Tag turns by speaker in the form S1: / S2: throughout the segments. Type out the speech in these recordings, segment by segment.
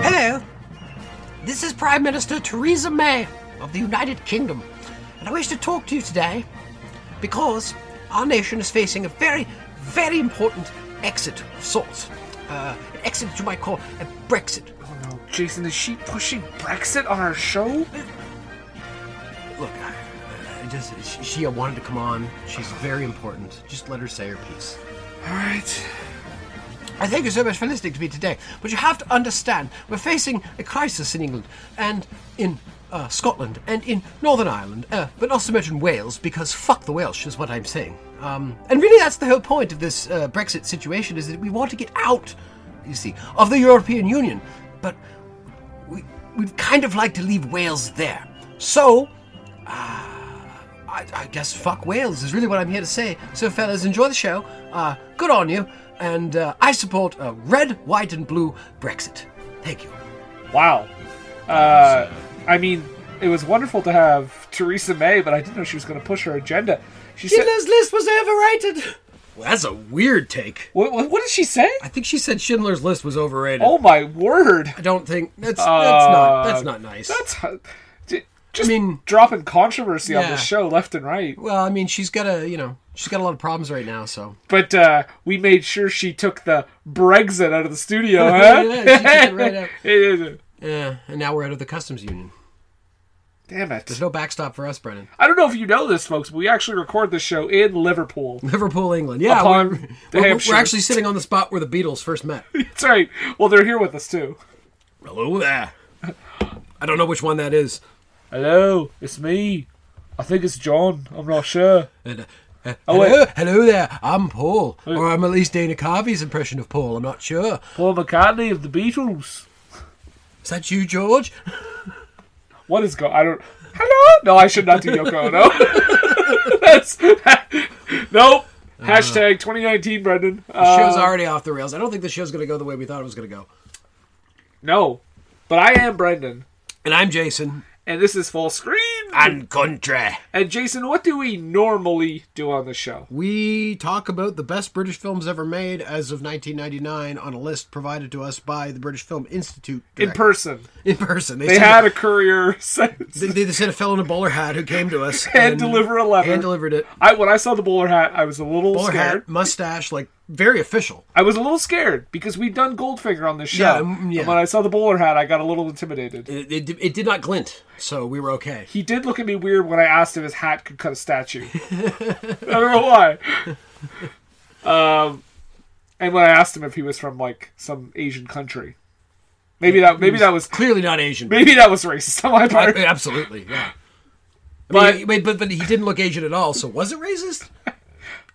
S1: Hello. This is Prime Minister Theresa May of the United Kingdom, and I wish to talk to you today because our nation is facing a very, very important exit of sorts. Uh, an exit that you might call a Brexit.
S2: Oh, Jason, is she pushing Brexit on our show?
S1: Look, I, I just she- she wanted to come on. She's very important. Just let her say her piece.
S2: All right.
S1: I thank you so much for listening to me today. But you have to understand, we're facing a crisis in England and in uh, Scotland and in Northern Ireland, uh, but not so much in Wales because fuck the Welsh is what I'm saying. Um, and really, that's the whole point of this uh, Brexit situation: is that we want to get out, you see, of the European Union, but we we'd kind of like to leave Wales there. So. I, I guess fuck Wales is really what I'm here to say. So, fellas, enjoy the show. Uh, good on you. And uh, I support a red, white, and blue Brexit. Thank you.
S2: Wow. Uh, I mean, it was wonderful to have Theresa May, but I didn't know she was going to push her agenda. She said,
S1: Schindler's List was overrated. Well, that's a weird take.
S2: what, what, what did she say?
S1: I think she said Schindler's List was overrated.
S2: Oh my word.
S1: I don't think that's that's not that's not nice.
S2: That's j- just
S1: mean-
S2: dropping controversy on
S1: Yeah.
S2: this show left and right.
S1: well, I mean, she's got a you know she's got a lot of problems right now. So
S2: But uh, we made sure she took the Brexit out of the studio, huh?
S1: Yeah, she took it right out.
S2: out.
S1: yeah, and now we're out of the customs union.
S2: Damn it.
S1: There's no backstop for us, Brennan.
S2: I don't know if you know this, folks, but we actually record this show in Liverpool.
S1: Liverpool, England. Yeah,
S2: Upon
S1: we're-
S2: the
S1: we're- we're,
S2: Hampshire.
S1: actually sitting on the spot where the Beatles first met.
S2: That's right. Well, they're here with us, too.
S1: Hello there. I don't know which one that is.
S2: Hello, it's me. I think it's John. I'm not sure.
S1: And, uh, uh,
S2: Oh, wait.
S1: hello, hello there. I'm Paul, or I'm at least Dana Carvey's impression of Paul. I'm not sure.
S2: Paul McCartney of the Beatles.
S1: Is that you, George?
S2: What is going? I don't. Hello. No, I should not do Yoko Ono. That's nope. Hashtag 2019, Brendan.
S1: The
S2: Uh,
S1: show's already off the rails. I don't think the show's going to go the way we thought it was going to go.
S2: no, but I am Brendan,
S1: And I'm Jason.
S2: and this is full screen.
S1: And country.
S2: And Jason, what do we normally do on the show?
S3: We talk about the best British films ever made as of 1999 on a list provided to us by the British Film Institute.
S2: In
S3: director.
S2: person,
S3: in person,
S2: they
S3: sent
S2: had a courier. sent-
S3: a, they, they sent a fellow in a bowler hat who came to us
S2: And deliver a letter.
S3: and delivered it.
S2: I when I saw the bowler hat, I was a little
S3: Bowler
S2: scared.
S3: hat, mustache, like very official.
S2: I was a little scared because we'd done Goldfinger on this show.
S3: Yeah, mm, yeah.
S2: And when I saw the bowler hat, I got a little intimidated.
S1: It, it, it did not glint, so we were okay.
S2: He did look at me weird when I asked if his hat could cut a statue. I don't know why. Um, and when I asked him if he was from like some Asian country, maybe that maybe that was
S1: Clearly not Asian.
S2: maybe that was racist on my
S1: I-
S2: part.
S1: Absolutely, yeah. I
S2: But-
S1: mean, wait, but, but he didn't look Asian at all, so was it racist?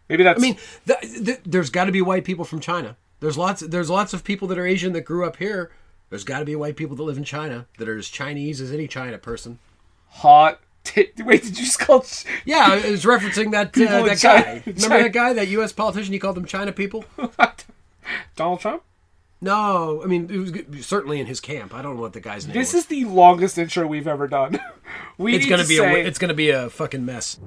S2: Maybe that's
S1: I mean, th- th- there's got to be white people from China. There's lots. There's lots of people that are Asian that grew up here. There's got to be white people that live in China that are as Chinese as any China person.
S2: hot. T- Wait, did you just call?
S1: Yeah, I was referencing that
S2: People
S1: uh,
S2: in
S1: that
S2: China-
S1: guy. Remember
S2: China.
S1: that guy, that U.S. politician? He called them China people.
S2: Donald Trump?
S1: No, I mean it was g- certainly in his camp. I don't know what the guy's name.
S2: This
S1: was.
S2: is the longest intro we've ever done. We
S1: It's
S2: need
S1: gonna
S2: to
S1: be
S2: say,
S1: a. It's gonna be a fucking mess.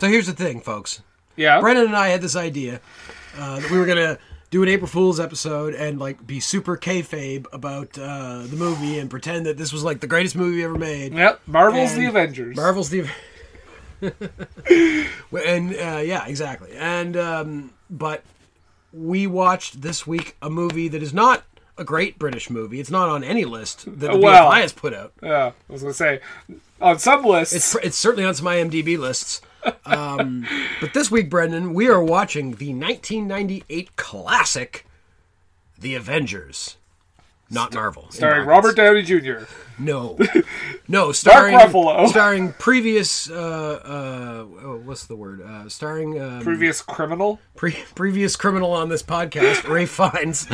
S1: So here's the thing, folks.
S2: Yeah.
S1: Brennan and I had this idea uh, that we were gonna do an April Fool's episode and like be super kayfabe about uh, the movie and pretend that this was like the greatest movie ever made.
S2: Yep. Marvel's the
S1: And
S2: Avengers.
S1: Marvel's the. and uh, yeah, exactly. And um, but we watched this week a movie that is not a great British movie. It's not on any list that the
S2: Well.
S1: BFI has put out.
S2: Yeah, I was gonna say on some lists.
S1: It's it's certainly on some IMDb lists. Um, but this week, Brendan, we are watching the 1998 classic, The Avengers. Not Marvel. in
S2: starring
S1: Marvels.
S2: Robert Downey Jr.
S1: No, no, starring
S2: Ruffalo.
S1: starring previous. Uh, uh, oh, what's the word? Uh, starring um,
S2: Previous criminal.
S1: pre- previous criminal on this podcast, Ray Fiennes.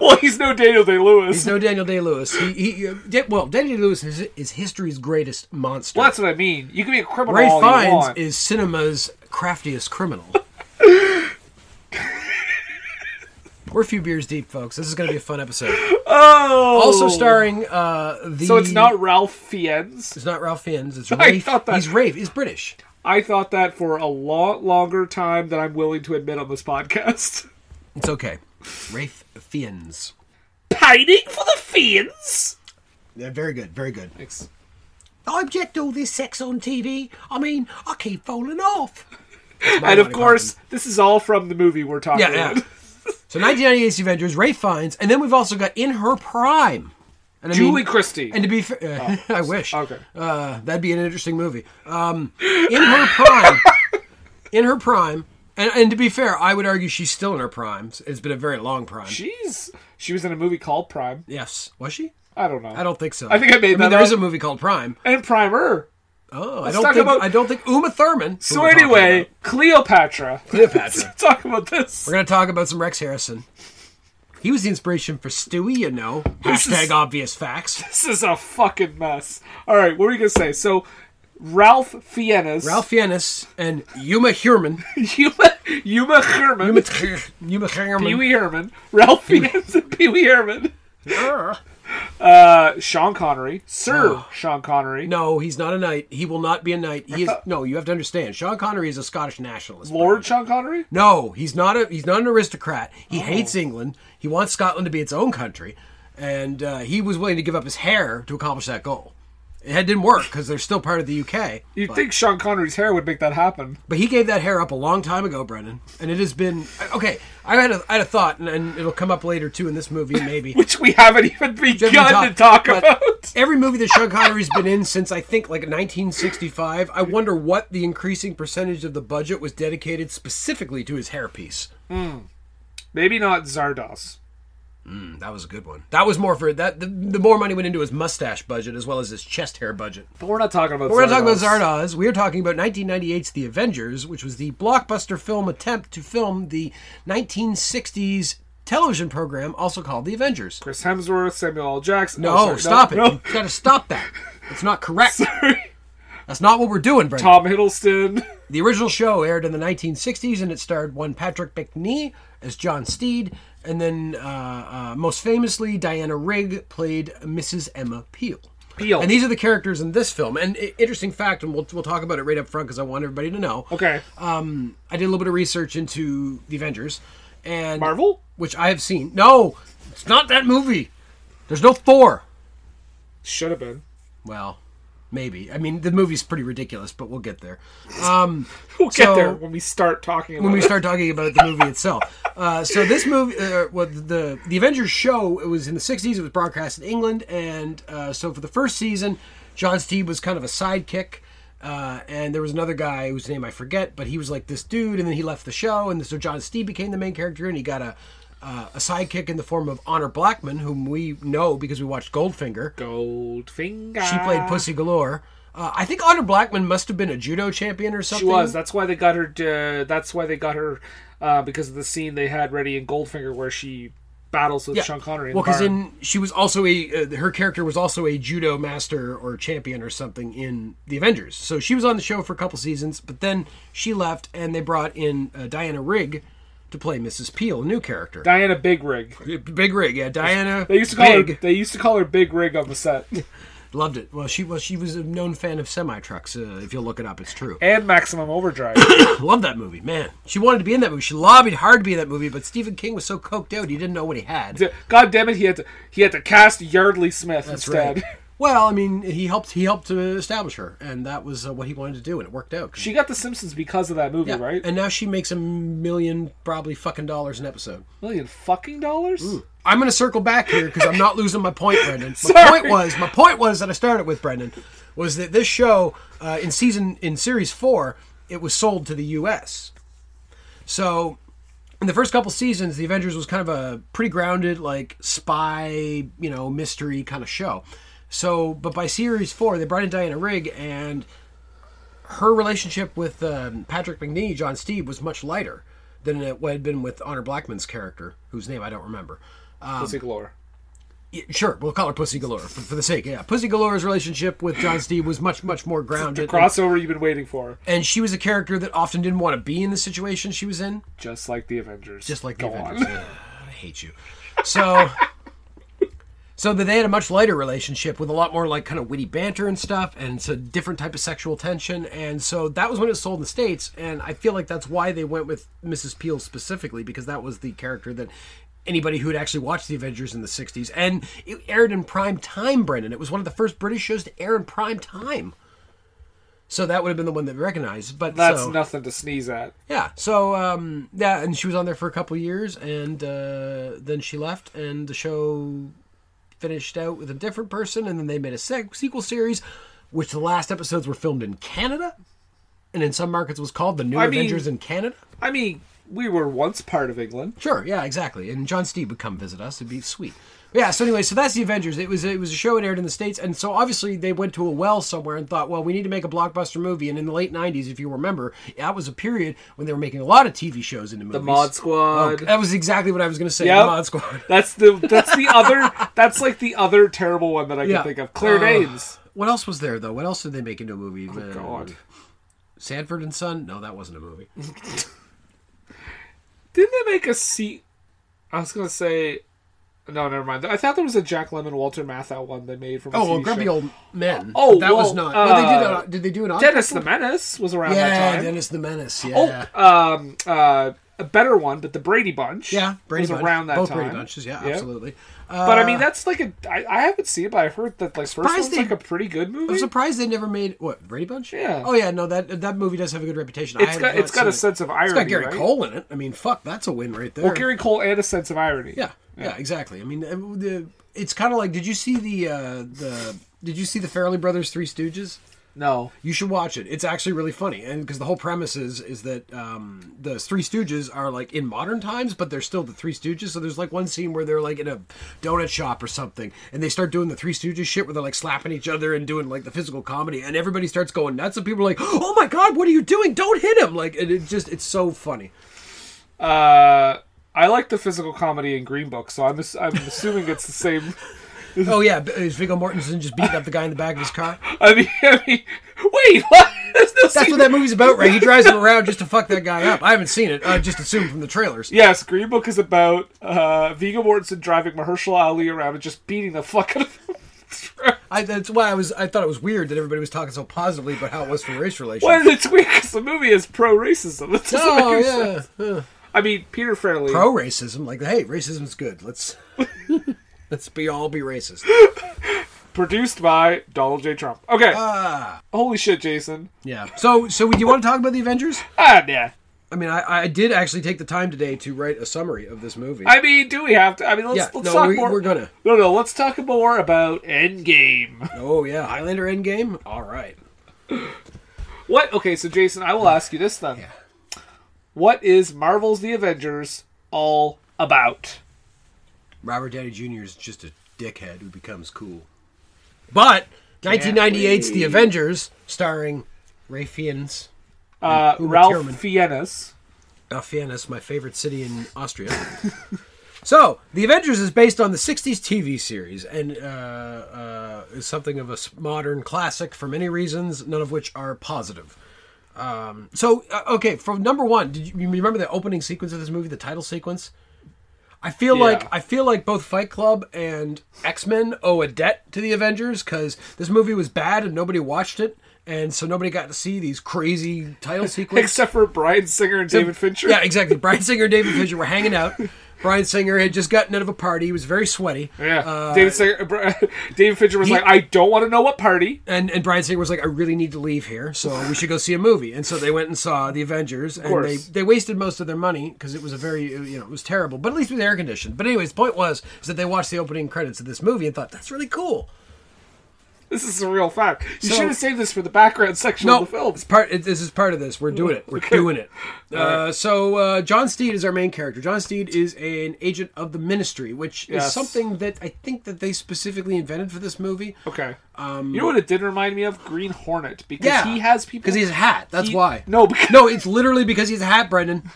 S2: Well, he's no Daniel Day Lewis.
S1: No, Daniel Day Lewis. He, he, uh, da- well, Daniel Day Lewis is, is history's greatest monster.
S2: Well, that's what I mean. You can be a criminal
S1: Ray
S2: all you
S1: Fiennes
S2: want.
S1: is cinema's craftiest criminal. We're a few beers deep, folks. This is going to be a fun episode.
S2: oh,
S1: Also starring uh, the.
S2: So it's not Ralph Fiennes.
S1: It's not Ralph Fiennes. It's
S2: I
S1: Rafe.
S2: thought that-
S1: He's Rafe. He's British.
S2: I thought that for a lot longer time than I'm willing to admit on this podcast.
S1: It's okay. Rafe Fiennes.
S2: Pining for the Fiennes.
S1: Yeah, very good. Very good.
S2: Thanks.
S1: I object to all this sex on TV. I mean, I keep falling off.
S2: And of course, this is all from the movie we're talking
S1: Yeah, yeah.
S2: about.
S1: So 1998's Avengers, Ray Fiennes, and then we've also got In Her Prime. And I mean-
S2: Julie Christie.
S1: And to be fair, uh, I wish.
S2: Oh, okay.
S1: Uh, that'd be an interesting movie. Um, in her prime, in her prime, and, and to be fair, I would argue she's still in her prime. It's been a very long prime.
S2: She's she was in a movie called Prime.
S1: yes, was she?
S2: I don't know.
S1: I don't think so.
S2: I think I made
S1: I mean,
S2: that
S1: there
S2: up.
S1: is a movie called Prime.
S2: And Primer.
S1: Oh, I don't
S2: talk
S1: think
S2: about-
S1: I don't think Uma Thurman. who
S2: So
S1: we're talking
S2: anyway,
S1: about,
S2: Cleopatra.
S1: Cleopatra.
S2: Talk about this.
S1: We're gonna talk about some Rex Harrison. He was the inspiration for Stewie, you know. Hashtag
S2: is-
S1: obvious facts.
S2: This is a fucking mess. All right, what were you gonna say? So, Ralph Fiennes,
S1: Ralph Fiennes and Yuma Hurman.
S2: Yuma, Yuma Herman,
S1: Yuma
S2: Pee
S1: Hurman.
S2: Wee Herman, Ralph Fiennes, and Pee Wee Herman, uh, Sean Connery, Sir Sean Connery,
S1: No, he's not a knight. He will not be a knight. He is no. You have to understand. Sean Connery is a Scottish nationalist.
S2: Lord Sean Connery.
S1: No, he's not a. He's not an aristocrat. He hates England. He wants Scotland to be its own country, and uh, he was willing to give up his hair to accomplish that goal. It had- didn't work because they're still part of the UK.
S2: You'd think Sean Connery's hair would make that happen.
S1: But he gave that hair up a long time ago, Brennan, and it has been okay. I had a, I had a thought, and, and it'll come up later too in this movie, maybe.
S2: Which we haven't even begun
S1: Didn't talk-
S2: to talk
S1: but
S2: about.
S1: Every movie that Sean Connery's been in since I think like 1965, I wonder what the increasing percentage of the budget was dedicated specifically to his hairpiece.
S2: Maybe not Zardos.
S1: Mm, That was a good one. That was more for that. The, the more money went into his mustache budget as well as his chest hair budget.
S2: But we're not talking about.
S1: We're not talking about Zardoz. We are talking about 1998's The Avengers, which was the blockbuster film attempt to film the 1960s television program, also called The Avengers.
S2: Chris Hemsworth, Samuel L. Jackson.
S1: No,
S2: oh, sorry,
S1: stop it!
S2: no,
S1: You gotta stop that. It's not correct.
S2: no.
S1: That's not what we're doing, Brendan.
S2: Tom Hiddleston.
S1: The original show aired in the 1960s and it starred one Patrick McNee as John Steed, and then uh, uh, most famously, Diana Rigg played Mrs. Emma Peel.
S2: Peel.
S1: And these are the characters in this film. And i- interesting fact, and we'll, we'll talk about it right up front because I want everybody to know.
S2: Okay.
S1: Uh, I did a little bit of research into the Avengers and
S2: Marvel?
S1: which I have seen. No, it's not that movie. There's no Thor.
S2: Should have been.
S1: Well, maybe. I mean, the movie's pretty ridiculous, but we'll get there.
S2: We'll get
S1: So-
S2: there when we start talking about
S1: when we
S2: it.
S1: start talking about the movie itself. Uh, so this movie, uh, well, the the Avengers show, it was in the '60s. It was broadcast in England, and uh, so for the first season, John Steed was kind of a sidekick, uh, and there was another guy whose name I forget, but he was like this dude, and then he left the show, and so John Steed became the main character, and he got a. Uh, a sidekick in the form of Honor Blackman, whom we know because we watched Goldfinger.
S2: Goldfinger.
S1: She played Pussy Galore. Uh, I think Honor Blackman must have been a judo champion or
S2: She
S1: something.
S2: was. That's why they got her. Uh, that's why they got her uh, because of the scene they had ready in Goldfinger where she battles with Sean Connery. In
S1: well,
S2: the
S1: because
S2: bar.
S1: in she was also a uh, her character was also a judo master or champion or something in the Avengers. So she was on the show for a couple seasons, but then she left, and they brought in uh, Diana Rigg to play Mrs. Peel, a new character.
S2: Diana Big Rig.
S1: Big Rig, yeah, Diana.
S2: They used to call
S1: Rigg.
S2: her. They used to call her Big Rig on the set.
S1: Loved it. Well, she was she was a known fan of semi trucks. Uh, if you'll look it up, it's true.
S2: and Maximum Overdrive.
S1: Love that movie, man. She wanted to be in that movie. She lobbied hard to be in that movie, but Stephen King was so coked out he didn't know what he had.
S2: God damn it, he had to he had to cast Yardley Smith instead.
S1: Well, I mean, he helped he helped to establish her, and that was uh, what he wanted to do, and it worked out.
S2: She got The Simpsons because of that movie,
S1: Yeah.
S2: right?
S1: And now she makes a million probably fucking dollars an episode.
S2: million fucking dollars.
S1: I'm going to circle back here because I'm not losing my point, Brendan. My
S2: Sorry.
S1: point was my point was that I started with Brendan was that this show uh, in season in series four it was sold to the U.S. So in the first couple seasons, the Avengers was kind of a pretty grounded like spy you know mystery kind of show. So but by series four, they brought in Diana Rigg and her relationship with um, Patrick McNee, John Steve, was much lighter than it had been with Honor Blackman's character, whose name I don't remember.
S2: Pussy
S1: Um,
S2: galore.
S1: Yeah, sure, we'll call her Pussy Galore for, for the sake. Yeah, Pussy Galore's relationship with John Steve was much, much more grounded,
S2: Crossover you've been waiting for,
S1: and she was a character that often didn't want to be in the situation she was in,
S2: just like the Avengers.
S1: just like the
S2: Go
S1: Avengers.
S2: On.
S1: Yeah, I hate you. So, so that they had a much lighter relationship with a lot more like kind of witty banter and stuff, and it's a different type of sexual tension, and so that was when it sold in the states, and I feel like that's why they went with Mrs. Peel specifically because that was the character that. Anybody who had actually watched the Avengers in the '60s, and it aired in prime time, Brendan. It was one of the first British shows to air in prime time, so that would have been the one that recognized. But
S2: That's
S1: so,
S2: nothing to sneeze at.
S1: yeah. So um, yeah, and she was on there for a couple years, and uh, then she left, and the show finished out with a different person, and then they made a sec- sequel series, which the last episodes were filmed in Canada, and in some markets was called the New
S2: I mean-
S1: Avengers in Canada.
S2: I mean, we were once part of England.
S1: Sure, yeah, exactly. And John Steve would come visit us. It'd be sweet. But yeah. So anyway, so that's the Avengers. It was it was a show that aired in the states, and so obviously they went to a well somewhere and thought, well, we need to make a blockbuster movie. And in the late '90s, if you remember, that was a period when they were making a lot of TV shows into movies.
S2: The Mod Squad.
S1: That was exactly what I was going to say.
S2: Yep.
S1: The Mod Squad.
S2: That's the that's the other that's like the other terrible one that I can
S1: Yeah.
S2: think of. Claire
S1: Uh,
S2: Danes.
S1: What else was there though? What else did they make into a movie? Uh,
S2: Oh, God.
S1: Sanford and Son? No, that wasn't a movie.
S2: Didn't they make a seat? I was gonna say, no, never mind. I thought there was a Jack Lemmon Walter Matthau one they made from. a
S1: Oh, well,
S2: TV
S1: Grumpy
S2: show.
S1: Old Men.
S2: Oh,
S1: that was
S2: well,
S1: not. well, they did.
S2: uh,
S1: A, did they do an?
S2: Dennis the Menace was around that
S1: Yeah,
S2: time.
S1: Dennis the Menace. Yeah.
S2: Oh, um, uh, a better one, but the Brady Bunch.
S1: Yeah, Brady
S2: was
S1: Bunch.
S2: around that
S1: Both
S2: time.
S1: Brady Bunches, yeah, absolutely. Uh,
S2: But I mean, that's like a. I, I haven't seen it, but I've heard that like first
S1: Surprised
S2: one's
S1: they-
S2: like a pretty good movie.
S1: I'm surprised they never made what Brady Bunch.
S2: Yeah.
S1: Oh yeah, no that that movie does have a good reputation. I
S2: it's
S1: have
S2: got
S1: not
S2: it's got
S1: seen
S2: a
S1: it.
S2: sense of irony.
S1: It's got Gary
S2: right?
S1: Cole in it. I mean, fuck, that's a win right there.
S2: Well, Gary Cole and a sense of irony.
S1: yeah, yeah, exactly. I mean, uh, the, it's kind of like did you see the uh, the did you see the Farrelly Brothers Three Stooges?
S2: No.
S1: You should watch it. It's actually really funny, and because the whole premise is is that um, the Three Stooges are like in modern times, but they're still the Three Stooges. So there's like one scene where they're like in a donut shop or something, and they start doing the Three Stooges shit, where they're like slapping each other and doing like the physical comedy, and everybody starts going nuts, and people are like, "Oh my god, what are you doing? Don't hit him!" Like, and it just it's so funny.
S2: Uh, I like the physical comedy in Green Book, so I'm ass- I'm assuming it's the same.
S1: Oh yeah, B- is Viggo Mortensen just beating up the guy in the back of his car?
S2: I mean, I mean wait, what? There's no
S1: That's
S2: scene-
S1: what that movie's about, right? He drives him around just to fuck that guy up. I haven't seen it. I just assumed from the trailers.
S2: Yes, Green Book is about uh, Viggo Mortensen driving Mahershala Ali around and just beating the fuck out of him.
S1: I, that's why I was. I thought it was weird that everybody was talking so positively about how it was for race relations.
S2: Well, it's weird because the movie is pro racism. It doesn't
S1: Oh
S2: make sense.
S1: yeah,
S2: I mean, Peter Fairley.
S1: pro racism. Like, hey, racism's good. Let's let's be all be racist.
S2: produced by Donald J. Trump. Okay.
S1: Ah.
S2: Holy shit, Jason.
S1: Yeah. So, so do you want to talk about the Avengers?
S2: Ah, yeah.
S1: I mean, I, I did actually take the time today to write a summary of this movie.
S2: I mean, do we have to? I mean, let's,
S1: Yeah,
S2: let's
S1: no,
S2: talk
S1: we-
S2: more.
S1: we're gonna.
S2: No, no, let's talk more about Endgame.
S1: oh yeah, Highlander Endgame. All right.
S2: What? Okay, so Jason, I will ask you this then. What is Marvel's The Avengers all about?
S1: Robert Downey Jr. is just a dickhead who becomes cool. But 1998's The Avengers, starring Ray Fiennes.
S2: Uh,
S1: Uma
S2: Ralph
S1: Thurman.
S2: Fiennes.
S1: Afianis, my favorite city in Austria. so, The Avengers is based on the 60s TV series and uh, uh, is something of a s- modern classic for many reasons, none of which are positive. Um, so, uh, okay, from number one, did you, you remember the opening sequence of this movie, the title sequence? I feel
S2: Yeah.
S1: like I feel like both Fight Club and X Men owe a debt to the Avengers because this movie was bad and nobody watched it, and so nobody got to see these crazy title sequences.
S2: Except for Brian Singer and David Fincher.
S1: Yeah, exactly. Brian Singer and David Fincher were hanging out. Brian Singer had just gotten out of a party. He was very sweaty.
S2: Yeah.
S1: Uh,
S2: David, Singer, Br- David Fincher was like, I don't want to know what party.
S1: and, and Brian Singer was like, I really need to leave here, so we should go see a movie. And so they went and saw The Avengers, and they,
S2: course.
S1: they wasted most of their money because it was a very, uh, you know, it was terrible, but at least it was air conditioned. But, anyways, the point was is that they watched the opening credits of this movie and thought, that's really cool.
S2: This is a real fact. You
S1: So-
S2: should have saved this for the background section
S1: No,
S2: of the film.
S1: it's part. It, this is part of this. We're doing it. We're doing it. Uh, so uh, John Steed is our main character. John Steed is an agent of the Ministry, which is
S2: Yes.
S1: something that I think that they specifically invented for this movie.
S2: Okay. Um, you know what it did remind me of? Green Hornet. Because
S1: Yeah,
S2: he has people.
S1: because he's a hat. That's
S2: he-
S1: why.
S2: No, because.
S1: no, it's literally because he's a hat, Brendan.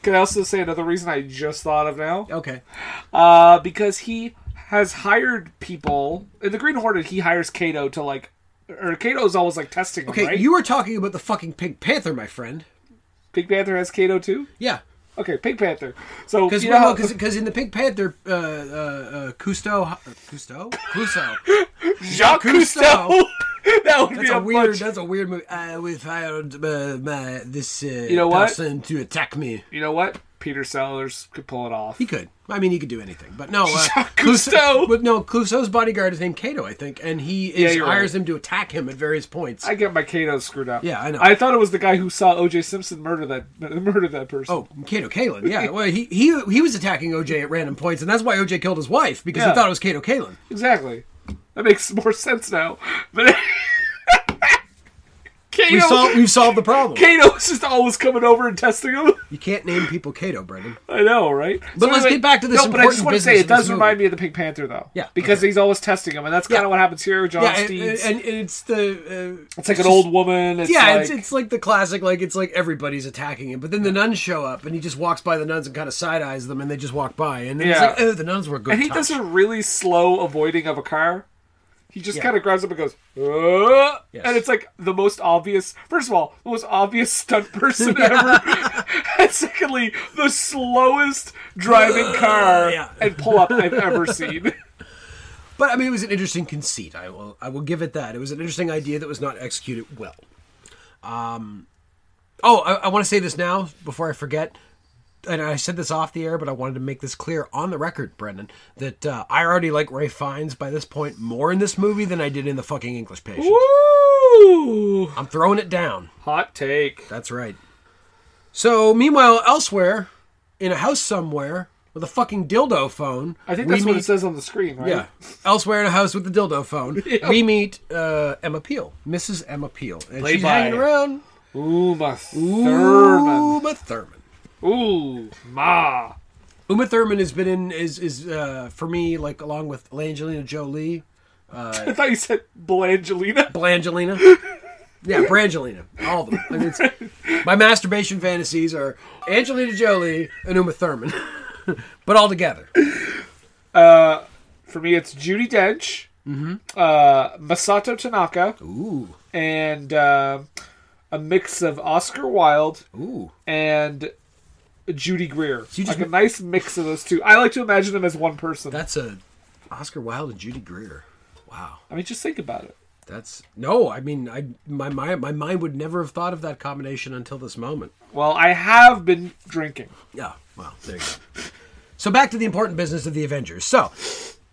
S2: Can I also say another reason I just thought of now?
S1: Okay,
S2: Uh, because he has hired people in the Green Hornet. He hires Kato to like, or Kato's always like testing him,
S1: okay.
S2: right?
S1: You were talking about the fucking Pink Panther, my friend.
S2: Pink Panther has Kato too.
S1: Yeah,
S2: Okay, Pink Panther. So
S1: because
S2: you know, how-
S1: in the Pink Panther, uh, uh, uh, Cousteau, Cousteau, Cousteau.
S2: Jacques
S1: Cousteau.
S2: Cousteau. that would
S1: That's
S2: be
S1: a
S2: a,
S1: weird.
S2: bunch.
S1: That's a weird movie. Uh, we hired uh, my, this uh,
S2: know what?
S1: person to attack me.
S2: You know what? Peter Sellers could pull it off.
S1: He could. I mean, he could do anything. But no, uh,
S2: Jacques
S1: Clouseau-
S2: Cousteau.
S1: But no, Clouseau's bodyguard is named Kato, I think, and he
S2: Yeah,
S1: is,
S2: you're
S1: hires
S2: right.
S1: him to attack him at various points.
S2: I get my Kato screwed up.
S1: Yeah, I know.
S2: I thought it was the guy who saw O.J. Simpson murder that murder that person.
S1: Oh, Kato Kalin. Yeah, well, he, he he was attacking OJ at random points, and that's why OJ killed his wife because he
S2: Yeah.
S1: thought it was Kato Kalin.
S2: exactly. That makes more sense now. But Kato.
S1: We sol- we've solved the problem.
S2: Kato's just always coming over and testing him.
S1: You can't name people Kato, Brendan.
S2: I know, right?
S1: But let's get back to this
S2: No, but I just
S1: important
S2: want to say
S1: business
S2: it
S1: of this
S2: does remind
S1: movie.
S2: me of the Pink Panther, though.
S1: Yeah,
S2: because he's always testing him, and that's kind
S1: Yeah.
S2: of what happens here. with John
S1: Yeah, and,
S2: Steeds.
S1: and, and it's the uh,
S2: it's like an old woman. It's
S1: Yeah,
S2: like,
S1: it's, it's like the classic, like it's like everybody's attacking him, but then the nuns show up and he just walks by the nuns and kind of side eyes them, and they just walk by, and then
S2: Yeah.
S1: it's like, oh, the nuns were a good.
S2: and he
S1: touch."
S2: does a really slow avoiding of a car. He just
S1: Yeah.
S2: kind of grabs up and goes, "Uh,"
S1: Yes.
S2: and it's like the most obvious. First of all, the most obvious stunt person ever, and secondly, the slowest driving car
S1: Uh, Yeah.
S2: and pull up I've ever seen.
S1: But I mean, it was an interesting conceit. I will, I will give it that. It was an interesting idea that was not executed well. Um, oh, I, I want to say this now before I forget. And I said this off the air, but I wanted to make this clear on the record, Brendan, that uh, I already like Ray Fiennes by this point more in this movie than I did in the fucking English Patient.
S2: Woo!
S1: I'm throwing it down.
S2: Hot take.
S1: That's right. So, meanwhile, elsewhere, in a house somewhere with a fucking dildo phone,
S2: I think
S1: we
S2: that's what
S1: meet-
S2: it says on the screen, right?
S1: Yeah. Elsewhere in a house with the dildo phone, we meet uh, Emma Peel, Mrs. Emma Peel, and
S2: Played
S1: she's
S2: by-
S1: hanging around.
S2: Uma Thurman.
S1: Uma Thurman.
S2: Ooh, ma.
S1: Uma Thurman has been in is is uh, for me like along with Angelina Jolie,
S2: I thought you said Blangelina.
S1: Blangelina. Yeah, Brangelina, all of them. I mean, it's, my masturbation fantasies are Angelina Jolie and Uma Thurman, but all together.
S2: For me, it's Judy Dench,
S1: Mm-hmm.
S2: uh, Masato Tanaka,
S1: Ooh,
S2: and uh, a mix of Oscar Wilde
S1: ooh.
S2: and Judy Greer.
S1: you just-
S2: like a nice mix of those two. I like to imagine them as one person.
S1: That's a Oscar Wilde and Judy Greer. Wow.
S2: I mean, just think about it.
S1: That's no. I mean, I my my my mind would never have thought of that combination until this moment.
S2: Well, I have been drinking.
S1: Yeah. Well, there you go. so back to the important business of the Avengers. So,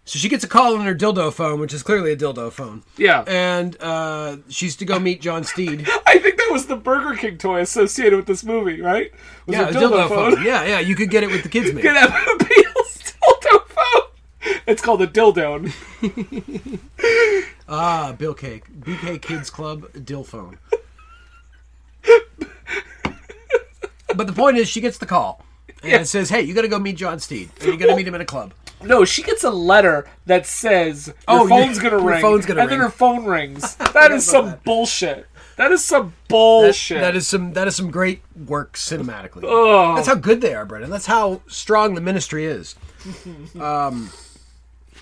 S1: so she gets a call on her dildo phone, which is clearly a dildo phone,
S2: Yeah.
S1: and uh, she's to go meet John Steed.
S2: I think that was the Burger King toy associated with this movie, right? Was
S1: yeah,
S2: a
S1: a dildo phone. Yeah, yeah. You could get it with the kids' meal.
S2: Get out of Peel's dildo phone. It's called a dildone.
S1: Ah, Bill Cake, BK Kids Club Dill phone. but the point is, she gets the call, and it says, "Hey, you got to go meet John Steed, and you got to meet him in a club."
S2: No, she gets a letter that says your
S1: Oh,
S2: phone's
S1: your-
S2: gonna
S1: your
S2: ring,
S1: phone's gonna
S2: and
S1: ring.
S2: then her phone rings. That is some bullshit. That is some bullshit.
S1: That is some that is some great work cinematically. That's how good they are, Brendan. That's how strong the ministry is. Um,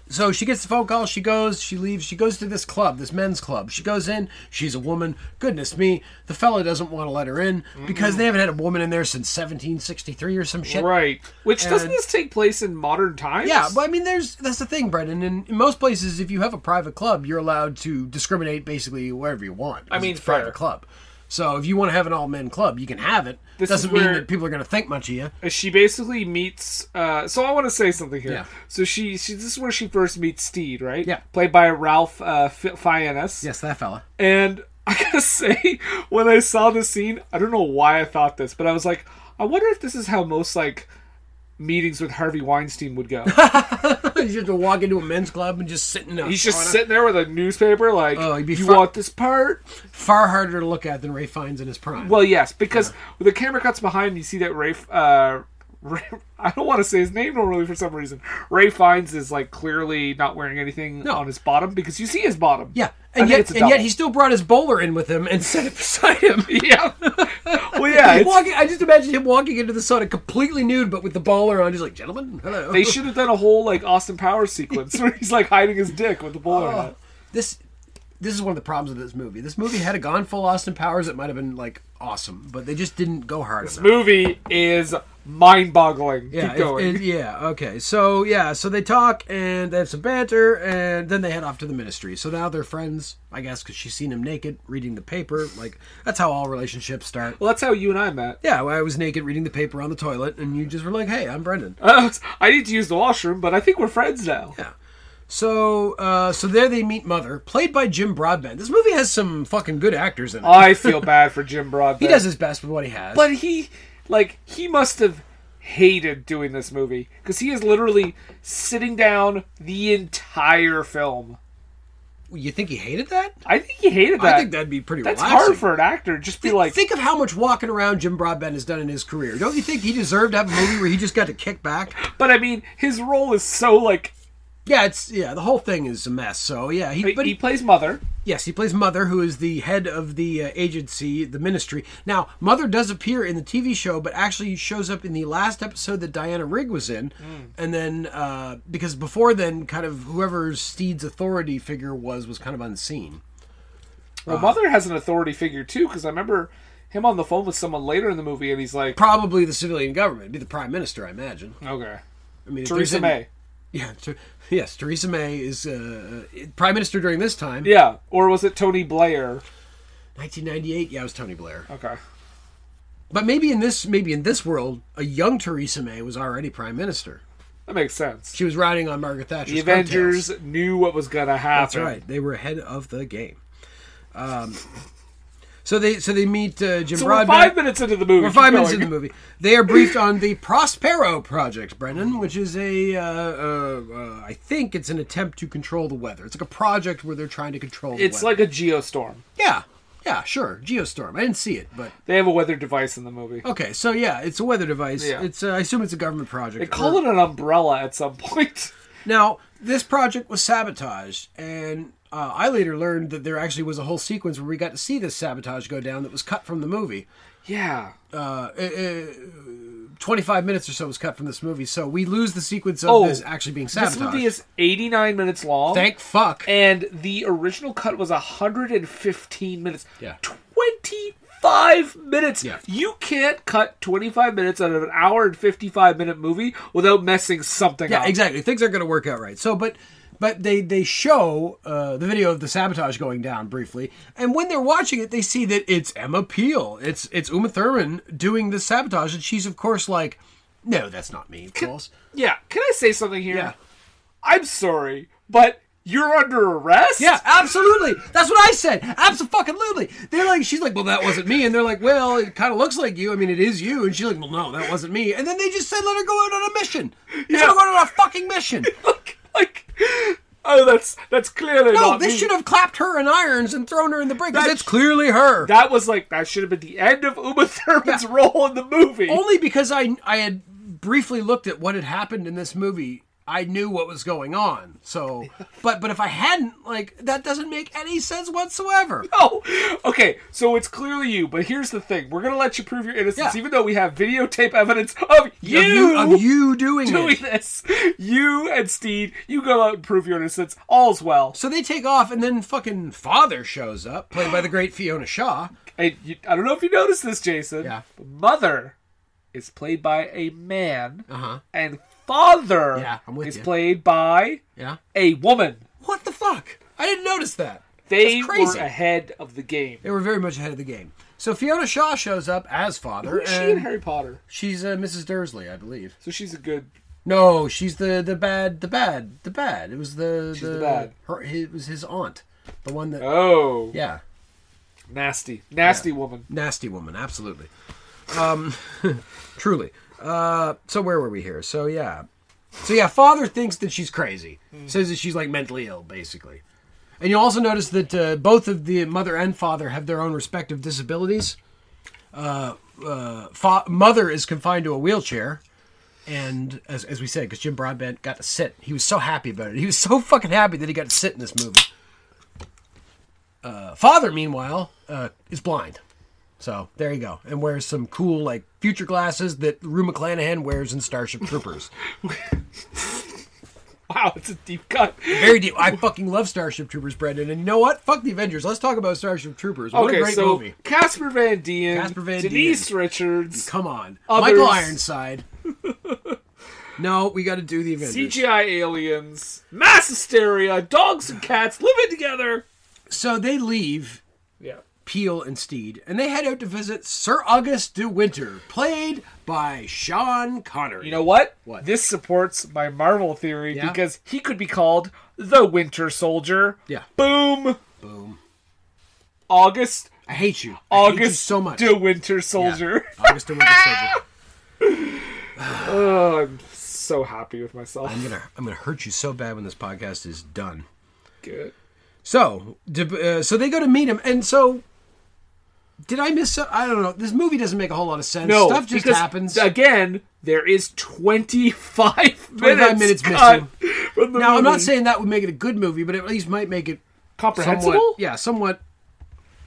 S1: so she gets the phone call. She goes. She leaves. She goes to this club, this men's club. She goes in. She's a woman. Goodness me, the fella doesn't want to let her in because they haven't had a woman in there since 1763 or some shit.
S2: Right. Which doesn't
S1: And-
S2: this take place in modern times?
S1: Yeah, but I mean, there's that's the thing, Brendan. In, in most places, if you have a private club, you're allowed to discriminate basically wherever you want. because
S2: mean,
S1: it's a private
S2: fair.
S1: club. So if you want to have an all men club, you can have it.
S2: This is
S1: Doesn't mean
S2: where-
S1: that people are going to think much of you.
S2: Uh, she basically meets. Uh, so I want to say something here.
S1: Yeah.
S2: So she, she this is where she first meets Steed, right?
S1: Yeah.
S2: Played by Ralph uh, F- Fiennes.
S1: Yes, that fella.
S2: And I gotta say, when I saw this scene, I don't know why I thought this, but I was like, I wonder if this is how most like meetings with Harvey Weinstein would go.
S1: He's just to walk into a men's club and just sitting. up.
S2: He's just sitting there with a newspaper, like,
S1: Oh, he'd be
S2: you
S1: fu-
S2: want this part?
S1: far harder to look at than Ray Fiennes in his prime.
S2: Well, yes, because when the camera cuts behind, and you see that Ray. Uh, Ray I don't want to say his name normally for some reason. Ray Fiennes is like clearly not wearing anything on his bottom because you see his bottom.
S1: yeah,
S2: I
S1: and
S2: think
S1: yet
S2: it's a
S1: and yet
S2: double.
S1: he still brought his bowler in with him and set it beside him.
S2: yeah. well, yeah.
S1: He's
S2: it's-
S1: walking, I just imagine him walking into the sauna completely nude, but with the bowler on, just like gentlemen, hello.
S2: They should have done a whole like Austin Power sequence where he's like hiding his dick with the bowler
S1: Oh.
S2: hat.
S1: this this is one of the problems with this movie. This movie had a gone full Austin Powers, it might have been like awesome, but they just didn't go hard enough.
S2: Movie is mind-boggling.
S1: yeah,
S2: Keep
S1: it-
S2: going.
S1: it- yeah, okay. So yeah, so they talk and they have some banter, and then they head off to the ministry. So now they're friends, I guess, because she's seen him naked reading the paper. Like that's how all relationships start.
S2: well, that's how you and I met.
S1: Yeah, well, I was naked reading the paper on the toilet, and you just were like, "Hey, I'm Brendan."
S2: Uh, I need to use the washroom, but I think we're friends now.
S1: Yeah. So, uh, so there they meet Mother, played by Jim Broadbent. This movie has some fucking good actors in it.
S2: I feel bad for Jim Broadbent.
S1: he does his best with what he has.
S2: but he like he must have hated doing this movie because he is literally sitting down the entire film.
S1: you think he hated that?
S2: I think he hated that.
S1: I think that'd be pretty.
S2: that's
S1: relaxing.
S2: hard for an actor. Just be like,
S1: think of how much walking around Jim Broadbent has done in his career. Don't you think he deserved to have a movie where he just got to kick back?
S2: but I mean, his role is so like.
S1: Yeah, it's yeah. The whole thing is a mess. So yeah, he
S2: But
S1: but
S2: he plays mother.
S1: Yes, he plays Mother, who is the head of the uh, agency, the ministry. Now, Mother does appear in the TV show, but actually shows up in the last episode that Diana Rigg was in.
S2: Hmm.
S1: And then, uh, because before then, kind of whoever Steed's authority figure was, was kind of unseen.
S2: Well,
S1: Ah.
S2: Mother has an authority figure too, because I remember him on the phone with someone later in the movie, and he's like,
S1: Probably the civilian government, It'd be the prime minister, I imagine.
S2: "Okay,
S1: I mean, if there's
S2: Theresa
S1: any-
S2: May."
S1: Yeah, Ther- yes, Theresa May is uh, prime minister during this time.
S2: Yeah, or was it Tony Blair?
S1: 1998, yeah, it was Tony Blair.
S2: Okay,
S1: But maybe in this, maybe in this world, a young Theresa May was already prime minister.
S2: that makes sense.
S1: She was riding on Margaret Thatcher's
S2: The Avengers
S1: coattails.
S2: knew what was gonna
S1: That's
S2: happen.
S1: right. They were ahead of the game. Um, so they so they meet uh, Jim
S2: So we're
S1: Broadbent.
S2: five minutes into the movie.
S1: We're
S2: Keep
S1: five minutes in
S2: going.
S1: the movie. They are briefed on the Prospero Project, Brendan, which is a uh, uh, uh, I think it's an attempt to control the weather. It's like a project where they're trying to control. the
S2: It's
S1: weather.
S2: like a geostorm.
S1: yeah, yeah, sure, geostorm. I didn't see it, but
S2: They have a weather device in the movie.
S1: okay. So yeah, it's a weather device.
S2: Yeah.
S1: It's uh, I assume it's a government project.
S2: They call it an umbrella at some point.
S1: Now, this project was sabotaged, and uh, I later learned that there actually was a whole sequence where we got to see this sabotage go down that was cut from the movie.
S2: Yeah.
S1: Uh, uh, uh, 25 minutes or so was cut from this movie, so we lose the sequence of
S2: Oh,
S1: this actually being
S2: This
S1: sabotaged.
S2: movie is 89 minutes long.
S1: Thank fuck.
S2: and the original cut was 115 minutes.
S1: Yeah.
S2: 25 minutes.
S1: Yeah.
S2: You can't cut 25 minutes out of an hour and 55 minute movie without messing something
S1: yeah,
S2: up.
S1: exactly. Things aren't going to work out right. So, but. But they, they show uh, the video of the sabotage going down briefly, and when they're watching it, they see that it's Emma Peel, it's it's Uma Thurman doing the sabotage, and she's of course like, no, that's not me, of course.
S2: Yeah. Can I say something here?
S1: Yeah.
S2: I'm sorry, but you're under arrest?
S1: Yeah, absolutely. That's what I said. Absolutely. They're like, she's like, well, that wasn't me, and they're like, well, it kind of looks like you. I mean, it is you, and she's like, well, no, that wasn't me. And then they just said, let her go out on a mission. Let
S2: Yeah.
S1: her go out on a fucking mission.
S2: Like, like, oh, that's that's clearly
S1: No,
S2: not
S1: this
S2: me.
S1: Oh, should have clapped her in irons and thrown her in the brig because
S2: That-
S1: it's clearly her.
S2: That was like that should have been the end of Uma Thurman's
S1: Yeah. Oh.
S2: role in the movie.
S1: Only because I I had briefly looked at what had happened in this movie. I knew what was going on. So, but but if I hadn't, like, that doesn't make any sense whatsoever.
S2: Oh, okay. So it's clearly you, but here's the thing: we're gonna let you prove your innocence,
S1: Yeah.
S2: even though we have videotape evidence of you,
S1: Of you, of you doing,
S2: doing
S1: it.
S2: this. You and Steed, you go out and prove your innocence. All's well.
S1: So they take off, and then fucking father shows up, played by the great Fiona Shaw.
S2: And you, I don't know if you noticed this, Jason.
S1: Yeah.
S2: but Mother is played by a man,
S1: huh.
S2: and father
S1: Uh-huh. Yeah, I'm with
S2: is
S1: you.
S2: played by
S1: Yeah.
S2: a woman.
S1: What the fuck? I didn't notice that.
S2: They
S1: That's crazy.
S2: were ahead of the game.
S1: They were very much ahead of the game. So Fiona Shaw shows up as father,
S2: Who's she in
S1: and
S2: Harry Potter?
S1: she's uh, Mrs. Dursley, I believe.
S2: So she's a good.
S1: No, she's the the bad, the bad, the bad. It was the
S2: She's the bad.
S1: Her, it was his aunt, the one that.
S2: Oh,
S1: Yeah,
S2: nasty, nasty woman.
S1: nasty woman, absolutely. Um, truly. Uh, so where were we here? So yeah, so yeah, father thinks that she's crazy, says that she's like mentally ill, basically. And you also notice that uh, both of the mother and father have their own respective disabilities. Uh, uh, fa- mother is confined to a wheelchair. And as, as we said, because Jim Broadbent got to sit. He was so happy about it. He was so fucking happy that he got to sit in this movie. Uh, father, meanwhile, uh, is blind. So there you go. And wears some cool, like, future glasses that Rue McClanahan wears in Starship Troopers.
S2: Wow, it's a deep cut.
S1: Very deep. I fucking love Starship Troopers, Brendan. And you know what? Fuck the Avengers. Let's talk about Starship Troopers. What
S2: okay,
S1: a great
S2: so
S1: movie.
S2: Casper Van Dien,
S1: Casper Van
S2: Denise
S1: Dien.
S2: Richards,
S1: Come on.
S2: Others.
S1: Michael Ironside. no, we got to do the Avengers.
S2: CGI aliens, mass hysteria, dogs and cats living together.
S1: So they leave
S2: Yeah.
S1: Peel and Steed, and they head out to visit Sir August de Winter, played by Sean Connery.
S2: You know what?
S1: What?
S2: This supports my Marvel theory
S1: Yeah?
S2: because he could be called the Winter Soldier.
S1: Yeah.
S2: Boom.
S1: Boom.
S2: August.
S1: I hate you. I hate you
S2: August.
S1: so much.
S2: The Winter Soldier.
S1: August de Winter Soldier.
S2: Oh, I'm so happy with myself.
S1: I'm gonna, I'm gonna hurt you so bad when this podcast is done.
S2: Good.
S1: So, deb- uh, so they go to meet him, and so did I miss? so- I don't know. This movie doesn't make a whole lot of sense.
S2: No,
S1: stuff just
S2: because,
S1: happens.
S2: Again, there is 25 minutes.
S1: 25 minutes
S2: cut from the
S1: now, I'm
S2: movie.
S1: not saying that would make it a good movie, but it at least might make it
S2: comprehensible.
S1: somewhat, yeah, somewhat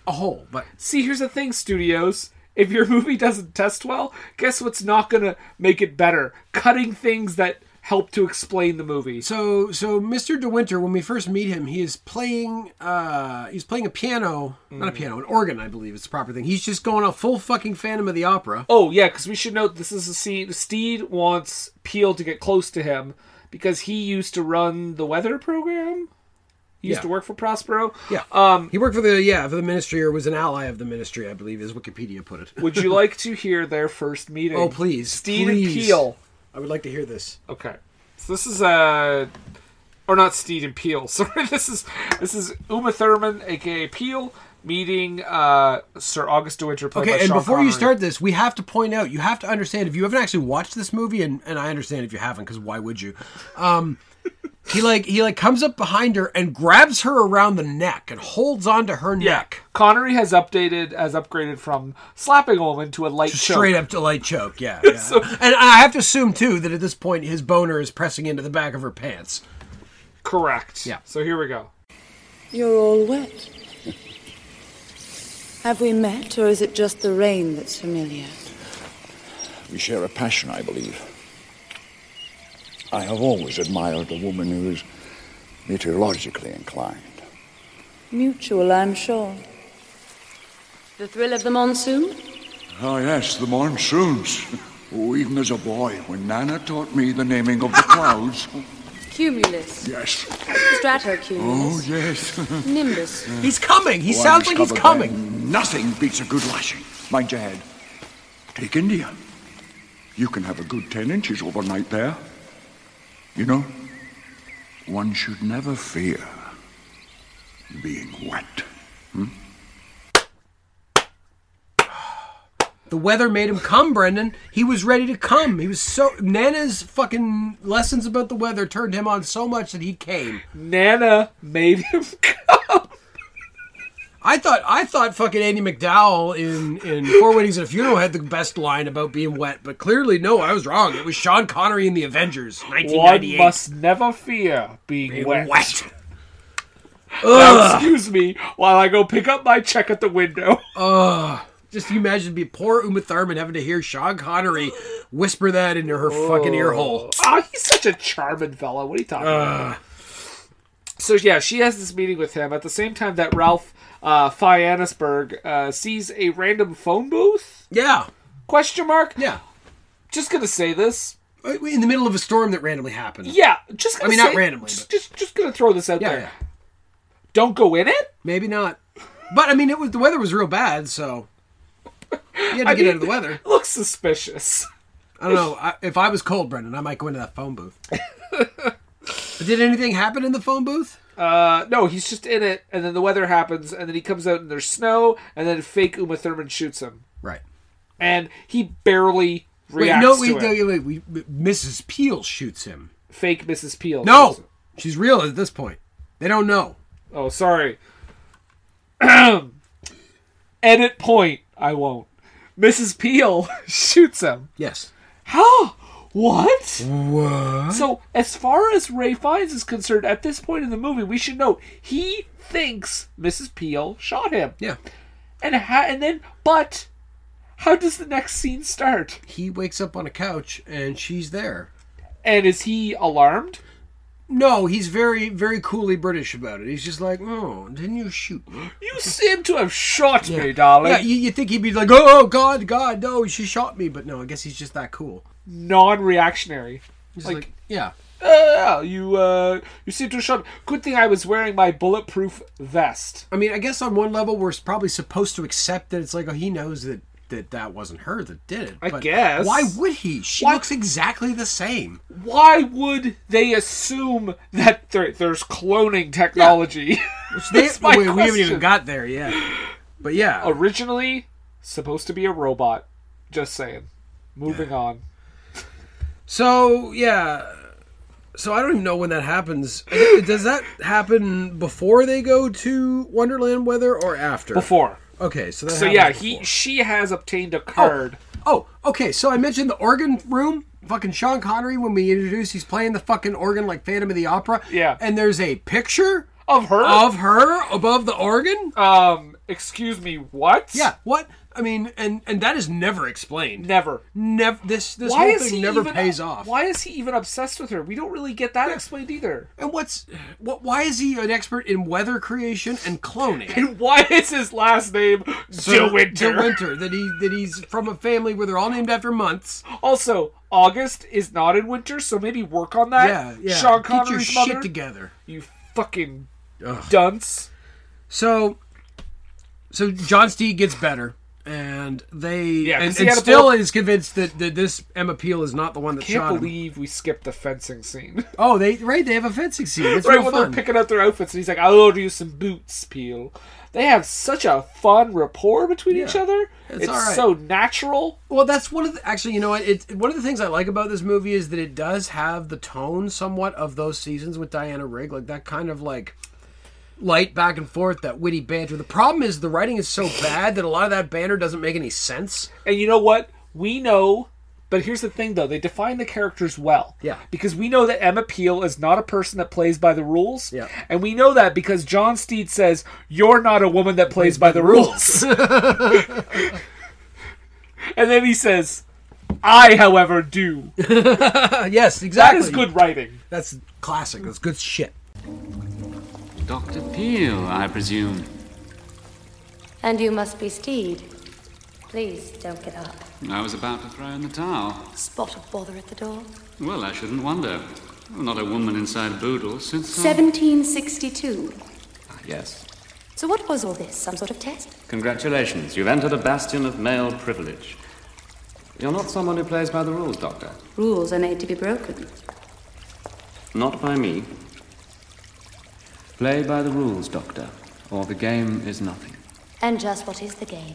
S1: a whole. But
S2: See, here's the thing, studios. If your movie doesn't test well, guess what's not going to make it better? Cutting things that help to explain the movie.
S1: so, so Mr. De Winter, when we first meet him, he is playing, uh, he's playing a piano, not a
S2: Mm.
S1: piano, an organ, I believe is the proper thing. He's just going a full fucking Phantom of the Opera.
S2: Oh yeah, because we should note this is a scene. Steed wants Peel to get close to him because he used to run the weather program. He used
S1: Yeah.
S2: to work for Prospero. Uh,
S1: Yeah, um, he worked for the yeah for the ministry or was an ally of the ministry, I believe, as Wikipedia put it.
S2: Would you like to hear their first meeting?
S1: Oh, please,
S2: Steed and
S1: please.
S2: Peel.
S1: I would like to hear this.
S2: Okay, so this is uh, or not Steed and Peel. Sorry, this is this is Uma Thurman, aka Peel, meeting uh Sir August de Winter. Played
S1: Okay,
S2: by
S1: and
S2: Sean
S1: before you
S2: Connery.
S1: start this, we have to point out, you have to understand if you haven't actually watched this movie, and, and I understand if you haven't, because why would you? Um, he like he like comes up behind her and grabs her around the neck and holds onto her neck
S2: Connery has updated, has upgraded from slapping a woman to a light choke.
S1: straight up to light choke. Yeah, yeah. and I have to assume too that at this point his boner is pressing into the back of her pants.
S2: Correct.
S1: Yeah.
S2: So here we go.
S4: You're all wet. Have we met, or is it just the rain that's familiar?
S5: We share a passion, I believe. I have always admired a woman who is meteorologically inclined.
S4: Mutual, I'm sure. The thrill of the monsoon?
S5: Oh, yes, the monsoons. Oh, even as a boy, when Nana taught me the naming of the clouds.
S4: Cumulus.
S5: Yes. Oh,
S4: Stratocumulus.
S5: yes.
S4: Nimbus.
S1: He's coming. He
S5: Oh, I
S1: sounds like he's
S5: discovered
S1: coming.
S5: that Nothing beats a good lashing. Mind your head. Take India. You can have a good ten inches overnight there. You know, one should never fear being wet.
S1: The weather made him come, Brendan. He was ready to come. He was so Nana's fucking lessons about the weather turned him on so much that he came.
S2: Nana made him come.
S1: I thought I thought fucking Andy McDowell in in Four Weddings and a Funeral had the best line about being wet, but clearly no, I was wrong. It was Sean Connery in the Avengers,
S2: One
S1: 1998.
S2: must never fear being,
S1: Being
S2: wet.
S1: wet.
S2: Now, excuse me while I go pick up my check at the window.
S1: Just you imagine be poor Uma Thurman having to hear Sean Connery whisper that into her fucking ear hole.
S2: Oh, he's such a charming fella. What are you talking about? So yeah, she has this meeting with him at the same time that Ralph uh, Fiannisberg uh, sees a random phone booth?
S1: Yeah,
S2: Question mark.
S1: yeah.
S2: Just gonna say this.
S1: In the middle of a storm that randomly happened.
S2: Yeah, just gonna
S1: mean,
S2: say,
S1: not randomly,
S2: Just,
S1: but-
S2: just just gonna throw this out
S1: Yeah,
S2: there.
S1: yeah.
S2: Don't go in it.
S1: Maybe not. But I mean, it was the weather was real bad, so you had to
S2: I
S1: get
S2: mean-
S1: out of the weather.
S2: Looks suspicious.
S1: I don't know. I, if I was cold, Brendan, I might go into that phone booth. But Did anything happen in the phone booth?
S2: Uh, no, he's just in it, and then the weather happens, and then he comes out and there's snow, and then fake Uma Thurman shoots him,
S1: Right.
S2: and he barely
S1: Wait,
S2: reacts
S1: no, wait,
S2: to it.
S1: no, wait, we, Mrs. Peel shoots him.
S2: Fake Mrs. Peel. shoots
S1: No,
S2: him.
S1: she's real at this point. They don't know.
S2: Oh, sorry. Edit point. I won't. Mrs. Peel shoots him.
S1: Yes.
S2: How? What? So, as far as Ray Fiennes is concerned, at this point in the movie, we should note he thinks Mrs. Peel shot him.
S1: Yeah.
S2: And ha- and then, but how does the next scene start?
S1: He wakes up on a couch and she's there.
S2: And is he alarmed?
S1: No, he's very, very coolly British about it. He's just like, oh, didn't you shoot me?
S2: You seem to have shot me,
S1: Yeah,
S2: darling.
S1: you, you think he'd be like, oh, oh, God, God, no, she shot me. But no, I guess he's just that cool.
S2: Non-reactionary.
S1: He's like, yeah.
S2: Uh, you uh, you seem to have shot. Good thing I was wearing my bulletproof vest.
S1: I mean, I guess on one level, we're probably supposed to accept that it's like, oh, he knows that that, that wasn't her that did it.
S2: I guess.
S1: Why would he? She
S2: Why-
S1: looks exactly the same.
S2: Why would they assume that there, there's cloning technology? That's my
S1: we, we haven't
S2: question. Oh.
S1: even got there yet. But yeah.
S2: Originally supposed to be a robot. Just saying. Moving on.
S1: So yeah, so I don't even know when that happens. Does that happen before they go to Wonderland Weather or after?
S2: Before.
S1: Okay, so that
S2: So
S1: happens
S2: yeah,
S1: before.
S2: he she has obtained a card.
S1: Oh, okay. So I mentioned the organ room. Fucking Sean Connery when we introduced, he's playing the fucking organ like Phantom of the Opera.
S2: Yeah.
S1: And there's a picture
S2: Of her?
S1: of her above the organ.
S2: Um, excuse me, what?
S1: yeah. What? I mean, and and that is never explained.
S2: Never.
S1: Never. This this
S2: Why
S1: whole
S2: is
S1: thing
S2: he
S1: never
S2: even,
S1: pays off.
S2: Why is he even obsessed with her? We don't really get that explained either.
S1: And what's what? Why is he an expert in weather creation and cloning?
S2: And why is his last name
S1: Sir
S2: De Winter?
S1: De Winter. That he that he's from a family where they're all named after months.
S2: Also, August is not in winter, so maybe work on that.
S1: Yeah, yeah.
S2: Sean
S1: Get your
S2: Connery's
S1: shit
S2: mother.
S1: together.
S2: You fucking dunce.
S1: So, so John Steed gets better, and they and,
S2: 'cause he
S1: and
S2: had a
S1: still
S2: bull-
S1: is convinced that, that this Emma Peel is not the one that shot
S2: Can't
S1: him.
S2: believe we skipped the fencing scene.
S1: Oh, they right. They have a fencing scene. It's
S2: right
S1: real
S2: when
S1: fun.
S2: they're picking out their outfits, and he's like, "I'll order you some boots, Peel." They have such a fun rapport between each other. It's,
S1: all right.
S2: so natural.
S1: Well, that's one of the actually, you know what? It's one of the things I like about this movie is that it does have the tone somewhat of those seasons with Diana Rigg, like that kind of like light back and forth, that witty banter. The problem is the writing is so bad that a lot of that banter doesn't make any sense.
S2: And you know what? We know. But here's the thing, though. They define the characters well.
S1: Yeah.
S2: Because we know that Emma Peel is not a person that plays by the rules.
S1: Yeah.
S2: And we know that because John Steed says, You're not a woman that plays by the rules. and then he says, I, however, do.
S1: Uh, yes,
S2: That
S1: exactly.
S2: is good writing.
S1: That's classic. That's good shit.
S6: Dr. Peel, I presume.
S4: And you must be Steed. Please don't get up.
S6: I was about to throw in the towel.
S4: Spot of bother at the door.
S6: Well, I shouldn't wonder. Not a woman inside Boodle since. I-
S4: 1762.
S6: Yes.
S4: So what was all this? Some sort of test?
S6: Congratulations, you've entered a bastion of male privilege. You're not someone who plays by the rules, Doctor.
S4: Rules are made to be broken.
S6: Not by me. Play by the rules, Doctor, or the game is nothing.
S4: And just what is the game?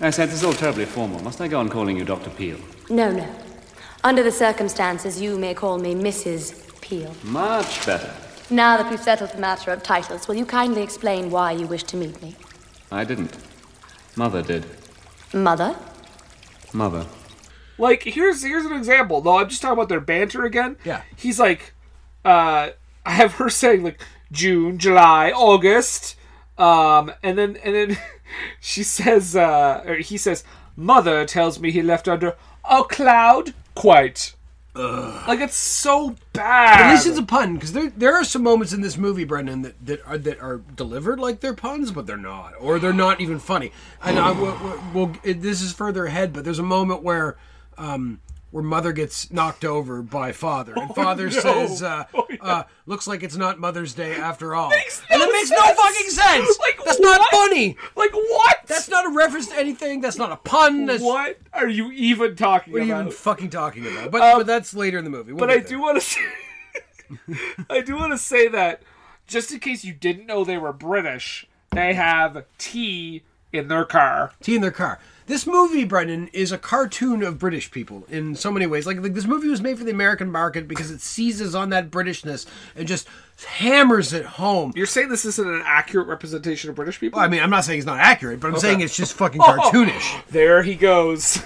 S6: I said this is all terribly formal. Must I go on calling you Dr. Peel?
S4: No, no. Under the circumstances, you may call me Mrs. Peel.
S6: Much better.
S4: Now that we've settled the matter of titles, will you kindly explain why you wish to meet me?
S6: I didn't. Mother did.
S4: Mother?
S6: Mother.
S2: Like here's here's an example. Though I'm just talking about their banter again.
S1: Yeah.
S2: He's like, uh, I have her saying like June, July, August, um, and then and then she says, uh, or he says, mother tells me he left under a cloud. Quite. Like it's so bad.
S1: At least it's a pun because there there are some moments in this movie, Brendan, that, that are that are delivered like they're puns, but they're not, or they're not even funny. And I, we'll, we'll, it, this is further ahead, but there's a moment where um, where mother gets knocked over by father,
S2: Oh,
S1: and father says, uh, uh, "Looks like it's not Mother's Day after all," and it makes no
S2: sense.
S1: fucking sense.
S2: Like,
S1: That's
S2: what?
S1: not funny.
S2: like what?
S1: That's not a reference to anything. That's not a pun. That's
S2: what are you even talking
S1: What are you
S2: about? Um,
S1: even fucking talking about? But, but that's later in the movie. We'll
S2: but
S1: get
S2: I
S1: there.
S2: do want to say, I do want to say that just in case you didn't know they were British, they have tea in their car.
S1: tea in their car. This movie, Brendan, is a cartoon of British people in so many ways. Like, like this movie was made for the American market because it seizes on that Britishness and just hammers it home.
S2: You're saying this isn't an accurate representation of British people?
S1: I mean, I'm not saying it's not accurate, but I'm saying it's just fucking cartoonish.
S2: there he goes.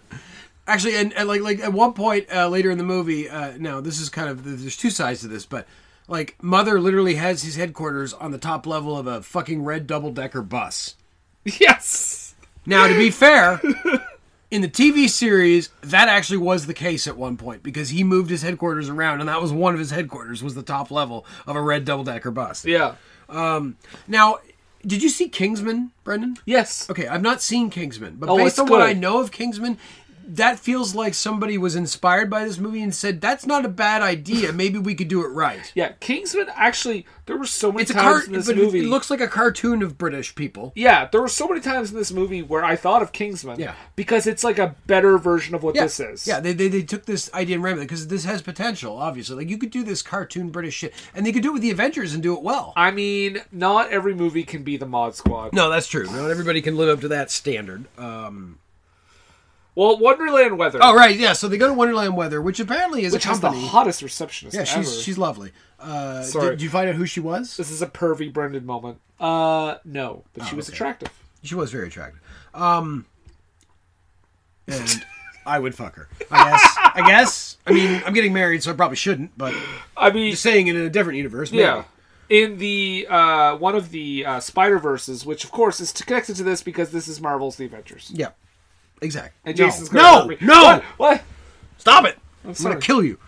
S1: Actually, and, and like like at one point uh, later in the movie, uh, now this is kind of there's two sides to this, but like Mother literally has his headquarters on the top level of a fucking red double decker bus.
S2: Yes.
S1: Now, to be fair, in the TV series, that actually was the case at one point because he moved his headquarters around, and that was one of his headquarters was the top level of a red double decker bus.
S2: Yeah.
S1: Now, did you see Kingsman, Brendan?
S2: Yes.
S1: Okay, I've not seen Kingsman, but
S2: Oh,
S1: based
S2: it's
S1: on what
S2: good.
S1: I know of Kingsman, that feels like somebody was inspired by this movie and said, "That's not a bad idea. Maybe we could do it right."
S2: Yeah. Kingsman actually, there were so many
S1: It's a
S2: times
S1: cart,
S2: in this
S1: but
S2: movie.
S1: it looks like a cartoon of British people.
S2: yeah, there were so many times in this movie where I thought of Kingsman.
S1: Yeah.
S2: Because it's like a better version of what this is.
S1: Yeah, they, they, they took this idea and ran with it because this has potential, obviously. Like, you could do this cartoon British shit, and they could do it with the Avengers and do it well.
S2: I mean, not every movie can be the Mod Squad.
S1: no, that's true. Not everybody can live up to that standard.
S2: Uh,
S1: Um,
S2: Well, Wonderland Weather.
S1: oh, right, yeah. So they go to Wonderland Weather, which apparently is
S2: which
S1: a
S2: has the
S1: company.
S2: hottest receptionist
S1: yeah,
S2: ever.
S1: she's, she's lovely. Uh, Did,
S2: Sorry.
S1: did you find out who she was?
S2: This is a pervy Brendan moment. Uh, no, but
S1: Oh,
S2: she was attractive.
S1: She was very attractive. Um, and I would fuck her. I guess. I guess. I mean, I'm getting married, so I probably shouldn't, but
S2: I mean,
S1: just saying it in a different universe. Maybe.
S2: yeah. In the uh, one of the uh, Spider Verses, which of course is connected to this because this is Marvel's The Adventures.
S1: Yeah. Exactly.
S2: And
S1: No.
S2: Jason's gonna hurt
S1: no,
S2: me.
S1: no,
S2: What? What?
S1: Stop it! I'm,
S2: sorry.
S1: gonna kill you.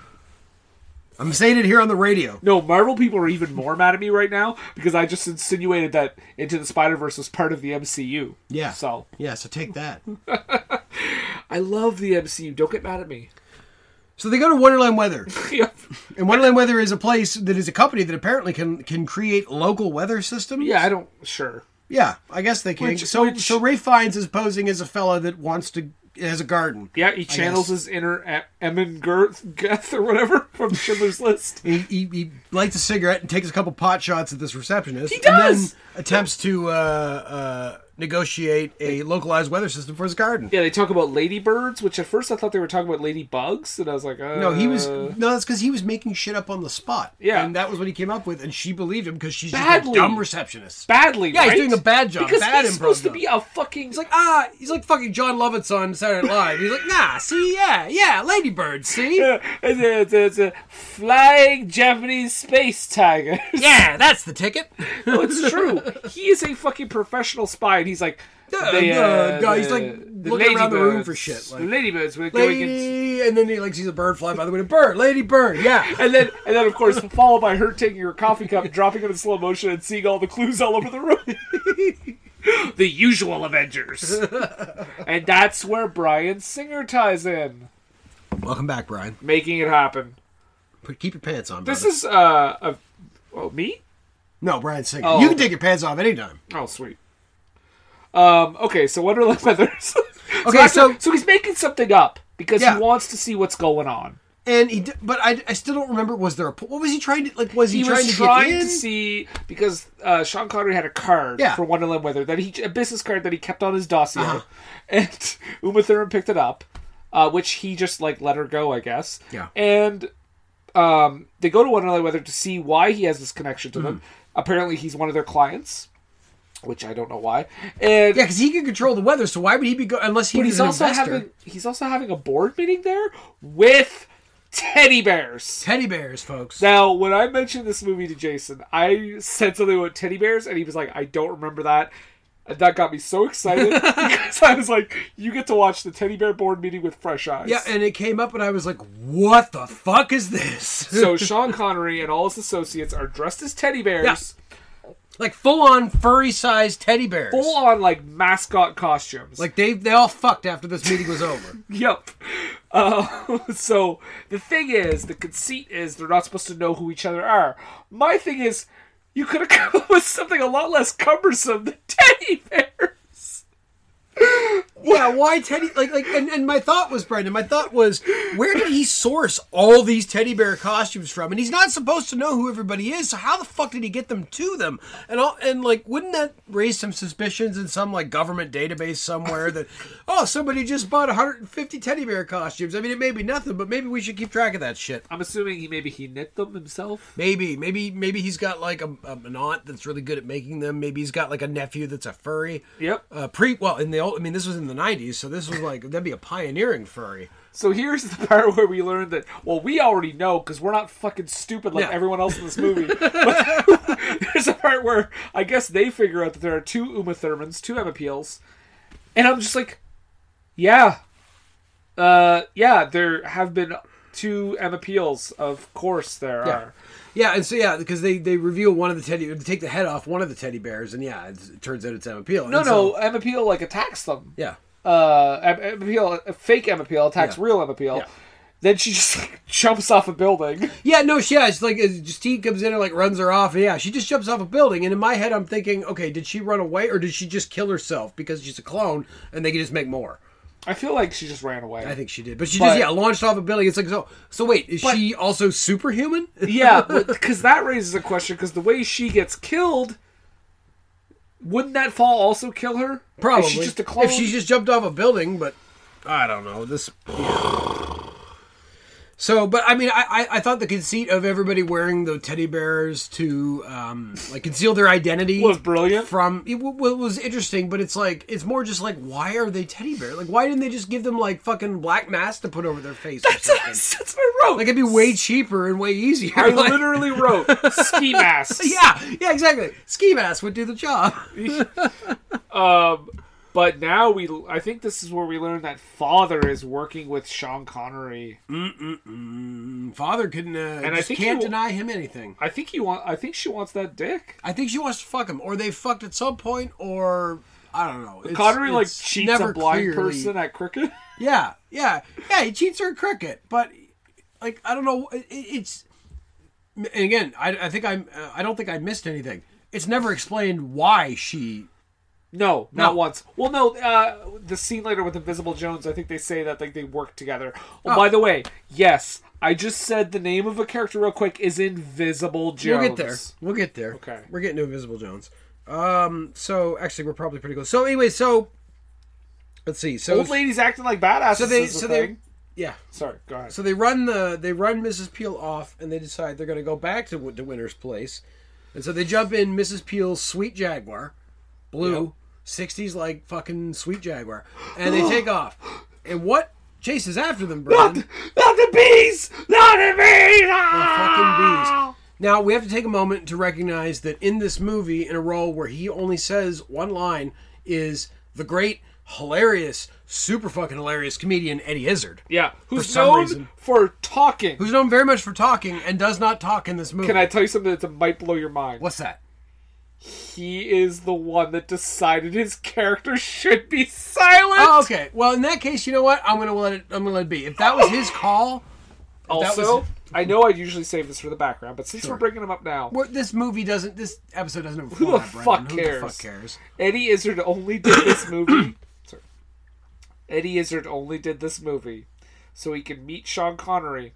S1: I'm saying it here on the radio.
S2: No, Marvel people are even more mad at me right now because I just insinuated that Into the Spider Verse was part of the MCU.
S1: Yeah.
S2: So
S1: yeah, so take that.
S2: I love the MCU. Don't get mad at me.
S1: So they go to Wonderland Weather,
S2: yeah.
S1: and Wonderland Weather is a place that is a company that apparently can can create local weather systems.
S2: Yeah. I don't. Sure.
S1: yeah. I guess they can.
S2: Which-
S1: so
S2: which-
S1: so Ray Fiennes is posing as a fella that wants to has a garden.
S2: Yeah. He channels his inner E- Emin Girth, Geth or whatever from Schindler's List.
S1: He, he, he lights a cigarette and takes a couple pot shots at this receptionist. He
S2: does!
S1: And then attempts to uh, uh, negotiate a localized weather system for his garden.
S2: Yeah, they talk about ladybirds, which at first I thought they were talking about ladybugs, and I was like, uh,
S1: No, he was no. That's because he was making shit up on the spot.
S2: Yeah.
S1: and that was what he came up with, and she believed him because she's just a
S2: Badly.
S1: dumb receptionist.
S2: badly.
S1: Yeah, he's
S2: right?
S1: doing a bad job,
S2: Because
S1: bad
S2: he's
S1: improv
S2: supposed
S1: job.
S2: to be a fucking.
S1: He's like, ah, he's like fucking John Lovitz on Saturday Night Live. He's like, nah, see, yeah, yeah, Ladybird, see,
S2: uh, it's, a, it's, a, it's a flying Japanese space tiger.
S1: yeah, that's the ticket.
S2: no, it's true. He is a fucking professional spy, and he's like,
S1: Yeah,
S2: they,
S1: the
S2: uh,
S1: guy- he's
S2: the-
S1: like
S2: the
S1: looking around the room
S2: ladybirds-
S1: for shit, like,
S2: the ladybirds, when they're going
S1: Lady, and then he like sees a bird fly by the window. Bird, Lady Bird, yeah.
S2: and then, and then, of course, followed by her taking her coffee cup, dropping it in slow motion, and seeing all the clues all over the room. the usual Avengers, and that's where Brian Singer ties in,
S1: Welcome back, Brian.
S2: making it happen.
S1: Put keep your pants on.
S2: This
S1: brother.
S2: is uh, a, well, me.
S1: no Brian Singer.
S2: Oh.
S1: You can take your pants off anytime.
S2: Oh, sweet. Um. Okay. So Wonderland Weathers.
S1: Okay,
S2: after-
S1: so-
S2: so he's making something up because
S1: Yeah.
S2: he wants to see what's going on.
S1: And he, d- but I, I still don't remember. Was there a? po- What was he trying to like? Was he,
S2: He
S1: trying to
S2: was trying
S1: get
S2: to
S1: in?
S2: see because uh, Sean Connery had a card
S1: Yeah. Uh-huh.
S2: for Wonderland Weather that he a business card that he kept on his dossier, and Uma Thurman picked it up, uh, which he just like let her go, I guess.
S1: Yeah.
S2: And
S1: Mm.
S2: um, they go to Wonderland Weather to see why he has this connection to them. Apparently, he's one of their clients. which I don't know why. And
S1: Yeah, because he can control the weather, so why would he be go unless he
S2: but
S1: was
S2: he's
S1: an
S2: also
S1: investor.
S2: having he's also having a board meeting there with teddy bears.
S1: teddy bears, folks.
S2: Now, when I mentioned this movie to Jason, I said something about teddy bears, and he was like, "I don't remember that." And that got me so excited because I was like, "You get to watch the teddy bear board meeting with fresh eyes."
S1: yeah, and it came up, and I was like, "What the fuck is this?"
S2: so Sean Connery and all his associates are dressed as teddy bears.
S1: Yeah. like full on furry sized teddy bears.
S2: full on like mascot costumes.
S1: Like they they all fucked after this meeting was over.
S2: yep. Uh, so the thing is, the conceit is they're not supposed to know who each other are. My thing is, you could have come up with something a lot less cumbersome than teddy bears.
S1: yeah, why teddy? Like like, and, and my thought was Brendan. My thought was, where did he source all these teddy bear costumes from? And he's not supposed to know who everybody is, so how the fuck did he get them to them? And all and like, wouldn't that raise some suspicions in some like government database somewhere that, oh, somebody just bought 150 teddy bear costumes? I mean, it may be nothing, but maybe we should keep track of that shit.
S2: I'm assuming he maybe he knit them himself.
S1: Maybe, maybe, maybe he's got like a, a- an aunt that's really good at making them. Maybe he's got like a nephew that's a furry.
S2: Yep.
S1: Uh, pre well, in the old, I mean, this was in the '90s, so this was like that'd be a pioneering furry.
S2: So here's the part where we learned that well, we already know because we're not fucking stupid like
S1: Yeah.
S2: everyone else in this movie. But there's a part where I guess they figure out that there are two Uma Thurmans, two Emma Peels, and I'm just like, yeah, uh, yeah, there have been two Emma Peels, of course there are.
S1: Yeah, and so yeah, because they they reveal one of the teddy, they take the head off one of the teddy bears, and yeah, it's, it turns out it's Emma Peel.
S2: No, uh,
S1: And so-
S2: no, Emma Peel like attacks them.
S1: yeah,
S2: Uh, Em- Emma Peel, fake Emma Peel attacks
S1: Yeah.
S2: real Emma Peel.
S1: Yeah.
S2: Then she just like, jumps off a building.
S1: yeah, no, she, yeah, it's like it's just he comes in and like runs her off, and yeah, she just jumps off a building. And in my head, I'm thinking, okay, did she run away or did she just kill herself because she's a clone and they can just make more?
S2: I feel like she just ran away.
S1: I think she did, but she
S2: But-
S1: just yeah launched off a building. It's like so. So wait, is she also superhuman?
S2: Yeah, because that raises a question. Because the way she gets killed, wouldn't that fall also kill her?
S1: Probably.
S2: If she's just a clone.
S1: If she just jumped off a building, but I don't know this. So, but I mean, I, I I thought the conceit of everybody wearing the teddy bears to um like conceal their identity
S2: Was brilliant.
S1: From it, w- w- was interesting, but it's like it's more just like why are they teddy bear? Like why didn't they just give them like fucking black masks to put over their face? or
S2: that's, what I-
S1: something?
S2: that's what I wrote.
S1: Like it'd be way cheaper and way easier.
S2: I
S1: Like-
S2: literally wrote ski masks.
S1: Yeah, yeah, exactly. Ski mask would do the job.
S2: But now we, I think this is where we learn that father is working with Sean Connery.
S1: Father couldn't, uh,
S2: And I
S1: just
S2: think
S1: can't
S2: he will-
S1: deny him anything.
S2: I think he want. I think she wants that dick.
S1: I think she wants to fuck him, or they fucked at some point, or I don't know. It's,
S2: Connery like
S1: it's
S2: cheats a blind person at cricket.
S1: Yeah, yeah, yeah. He cheats her at cricket, but like I don't know. It, it's and again, I, I think I'm. Uh, I don't think I missed anything. It's never explained why she.
S2: No, not
S1: No.
S2: once. Well, no, uh, the scene later with Invisible Jones, I think they say that like they work together. Oh, by the way, yes, I just said the name of a character real quick is Invisible Jones.
S1: We'll get there. We'll get there.
S2: Okay.
S1: we're getting to Invisible Jones. Um. So actually, we're probably pretty close. So anyway, so let's see. So
S2: Old ladies acting like badasses.
S1: So they-
S2: is the
S1: so they-
S2: thing.
S1: yeah.
S2: Sorry, go ahead.
S1: So they run the they run Mrs. Peel off, and they decide they're going to go back to, Win- to Winter's place, and so they jump in Mrs. Peel's sweet Jaguar, blue '60s like fucking sweet Jaguar, and they take off. And what chases after them, Brendan?
S2: not the bees, not the bees.
S1: Oh. fucking
S2: Ah!
S1: bees. Now we have to take a moment to recognize that in this movie, in a role where he only says one line, is the great, hilarious, super fucking hilarious comedian Eddie Izzard,
S2: Yeah, who's
S1: some
S2: known
S1: reason.
S2: for talking?
S1: who's known very much for talking and does not talk in this movie.
S2: Can I tell you something that might blow your mind?
S1: What's that?
S2: He is the one that decided his character should be silent.
S1: Oh, okay. Well, in that case, you know what? I'm gonna let it. I'm gonna let it be. If that was his call, that
S2: Also,
S1: was-
S2: I know I usually save this for the background, but since we're bringing him up now,
S1: what, this movie doesn't. This episode doesn't have a
S2: the
S1: format, Brendan.
S2: fuck
S1: Who
S2: cares?
S1: the fuck cares?
S2: Eddie Izzard only did this movie. sorry. Eddie Izzard only did this movie so he could meet Sean Connery.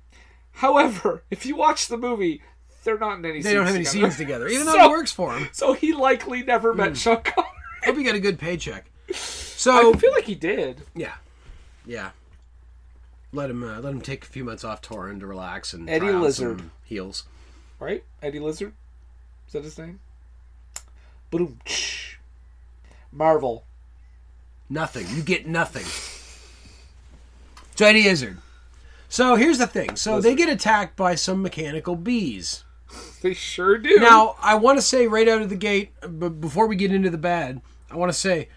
S2: However, if you watch the movie, they're not in any.
S1: They don't have any
S2: together.
S1: scenes together, even though
S2: So-
S1: it works for Hmm. him.
S2: So he likely never met Sean Connery.
S1: Hope he got a good paycheck.
S2: I
S1: So
S2: feel like he did.
S1: yeah, yeah. Let him. Uh, let him take a few months off touring to relax and
S2: Eddie
S1: try on
S2: Lizard.
S1: some heels.
S2: Right? Eddie Lizard? Is that his name? Boom. Marvel.
S1: Nothing. You get nothing. So Eddie Izzard. So here's the thing. So they get attacked by some mechanical bees.
S2: They sure do.
S1: Now I want to say right out of the gate, but before we get into the bad, I want to say,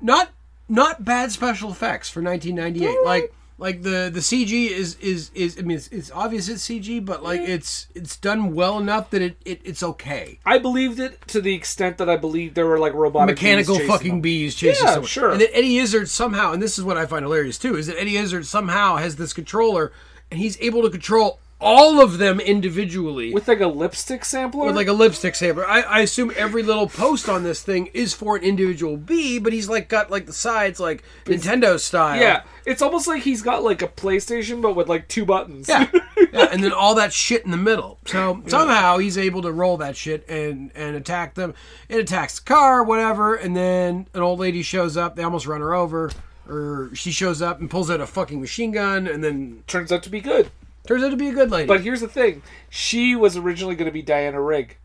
S1: not not bad special effects for 1998. Like like the the CG is is is. I mean, it's, it's obvious it's CG, but like it's it's done well enough that it, it it's okay.
S2: I believed it to the extent that I believed there were like robotic bees
S1: mechanical
S2: chasing
S1: fucking
S2: them.
S1: bees chasing
S2: Yeah,
S1: someone.
S2: sure.
S1: And then Eddie Izzard somehow, and this is what I find hilarious too, is that Eddie Izzard somehow has this controller, and he's able to control all of them individually with,
S2: with like a lipstick sampler.
S1: like a lipstick saber. I, I assume every little post on this thing is for an individual bee, but he's like got like the sides like Nintendo style.
S2: yeah, it's almost like he's got like a PlayStation but with like two buttons.
S1: Yeah. yeah, and then all that shit in the middle. So somehow he's able to roll that shit and and attack them. It attacks the car, whatever, and then an old lady shows up. They almost run her over, or she shows up and pulls out a fucking machine gun, and then
S2: Turns out to be good.
S1: turns out to be a good lady.
S2: But here's the thing: she was originally going to be Diana Rigg,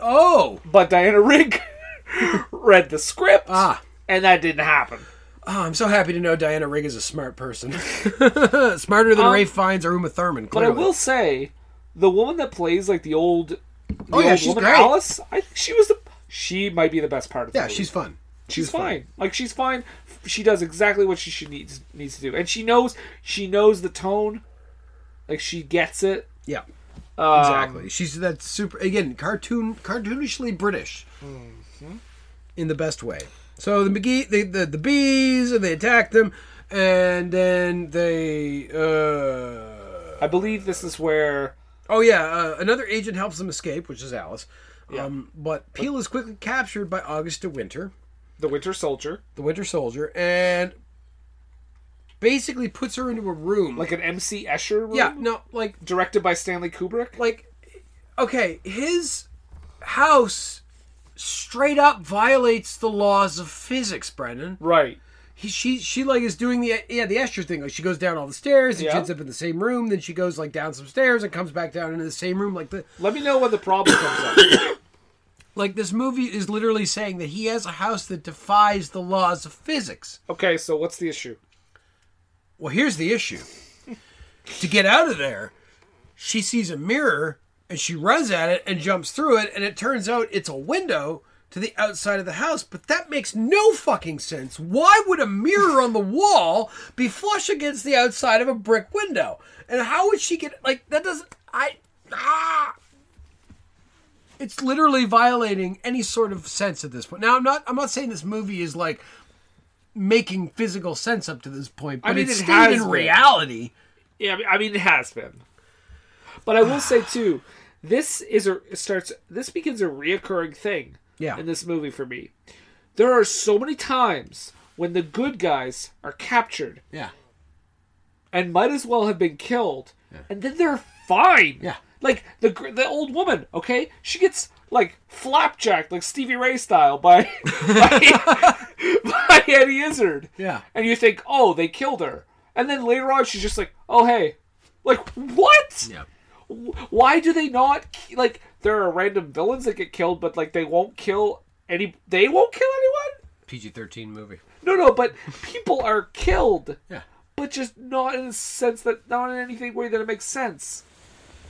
S1: oh,
S2: but Diana Rigg read the script,
S1: Ah.
S2: and that didn't happen.
S1: oh, I'm so happy to know Diana Rigg is a smart person, smarter than Ray Fiennes or Uma Thurman.
S2: Um, But I
S1: Clearly.
S2: will say, the woman that plays like the old, the
S1: Oh yeah,
S2: old
S1: she's
S2: woman
S1: great.
S2: Alice, I think she was the. She might be the best part of the
S1: Yeah,
S2: movie.
S1: she's fun.
S2: she's fine. Like she's fine. She does exactly what she should needs needs to do, and she knows she knows the tone. Like she gets it.
S1: Yeah. Exactly. She's that super again cartoon cartoonishly British, in the best way. So the McGee, the the, the bees, and they attack them, and then they. Uh,
S2: I believe this is where
S1: oh yeah, uh, another agent helps them escape, which is Alice. Um, but Peel is quickly captured by August de Winter,
S2: the Winter Soldier,
S1: the Winter Soldier, and basically puts her into a room.
S2: like an MC Escher, room,
S1: yeah, no, like
S2: directed by Stanley Kubrick.
S1: like okay his house straight up violates the laws of physics brendan
S2: Right.
S1: he, she she like is doing the yeah the Escher thing like she goes down all the stairs and
S2: Yeah.
S1: she ends up in the same room then she goes like down some stairs and comes back down into the same room like the
S2: Let me know when the problem comes up.
S1: like this movie is literally saying that he has a house that defies the laws of physics
S2: Okay, so what's the issue?
S1: well here's the issue to get out of there she sees a mirror and she runs at it and jumps through it and it turns out it's a window to the outside of the house but that makes no fucking sense why would a mirror on the wall be flush against the outside of a brick window and how would she get like that doesn't i ah it's literally violating any sort of sense at this point now i'm not i'm not saying this movie is like making physical sense up to this point but
S2: mean,
S1: it's
S2: it
S1: stayed
S2: has
S1: in
S2: been.
S1: reality
S2: Yeah, I mean, I mean it has been. But I will say too, this is a it starts. This becomes a reoccurring thing.
S1: Yeah.
S2: In this movie for me, there are so many times when the good guys are captured
S1: yeah
S2: and might as well have been killed, and then they're fine.
S1: Yeah.
S2: Like the gr- the old woman. Okay, she gets like flapjacked like Stevie Ray style by by, by Eddie Izzard.
S1: Yeah.
S2: And you think, oh, they killed her, and then later on she's just like, oh hey, like what?
S1: yeah
S2: why do they not ki- like there are random villains that get killed but like they won't kill any they won't kill
S1: PG thirteen movie.
S2: anyone no no but people are killed
S1: Yeah.
S2: but just not in a sense that not in anything way that it makes sense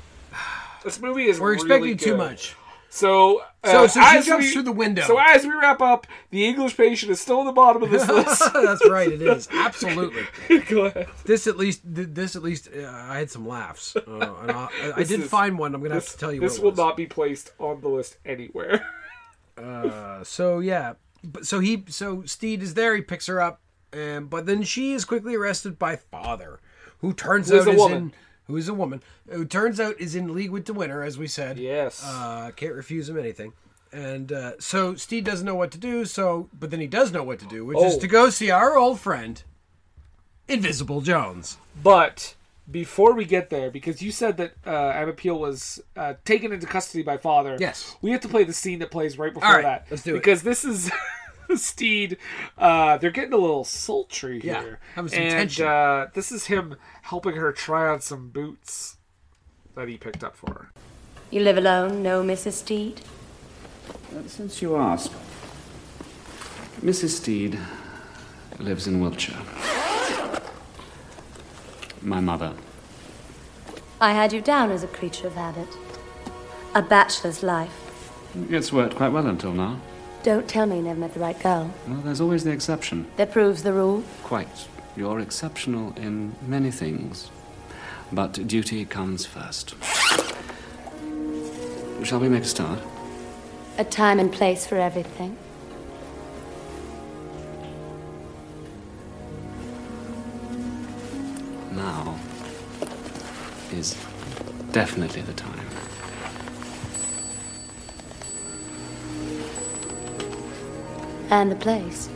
S2: this movie is
S1: We're
S2: really
S1: expecting too
S2: good.
S1: much.
S2: so uh,
S1: So- so she
S2: as
S1: jumps through the window.
S2: so as we wrap up the english patient is still on the bottom of this list
S1: That's right. It is absolutely.
S2: go ahead
S1: This at least. th- This at least. Uh, I had some laughs. Uh, and I, I- I did
S2: is-
S1: find one. I'm gonna have to tell you.
S2: this
S1: what
S2: will
S1: it was.
S2: not be placed on the list anywhere
S1: So yeah. But so he. So Steed is there. He picks her up. And but then she is quickly arrested by father, who turns
S2: Who
S1: out
S2: is
S1: is,
S2: a woman.
S1: in. Who is a woman? Who turns out is in league with the winner, as we said.
S2: yes
S1: Uh, can't refuse him anything. And uh, so Steed doesn't know what to do. So, but then he does know what to do, which is
S2: Oh.
S1: to go see our old friend, Invisible Jones.
S2: But before we get there, because you said that uh, Emma Peel was uh, taken into custody by father.
S1: Yes.
S2: We have to play the scene that plays right before
S1: All right,
S2: that.
S1: let's do it.
S2: Because this is Steed. Uh, they're getting a little sultry
S1: Yeah,
S2: here.
S1: having some
S2: and,
S1: tension.
S2: Uh, this is him helping her try on some boots that he picked up for her.
S4: You live alone, no Mrs. Steed?
S6: Since you ask, Mrs. Steed lives in Wiltshire. My mother.
S7: I had you down as a creature of habit. A bachelor's life.
S6: It's worked quite well until now.
S7: Don't tell me you never met the right girl.
S6: Well, there's always the exception.
S7: That proves the rule.
S6: Quite. You're exceptional in many things, but duty comes first. Shall we make a start?
S7: A time and place for everything.
S6: Now is definitely the time.
S7: And the place.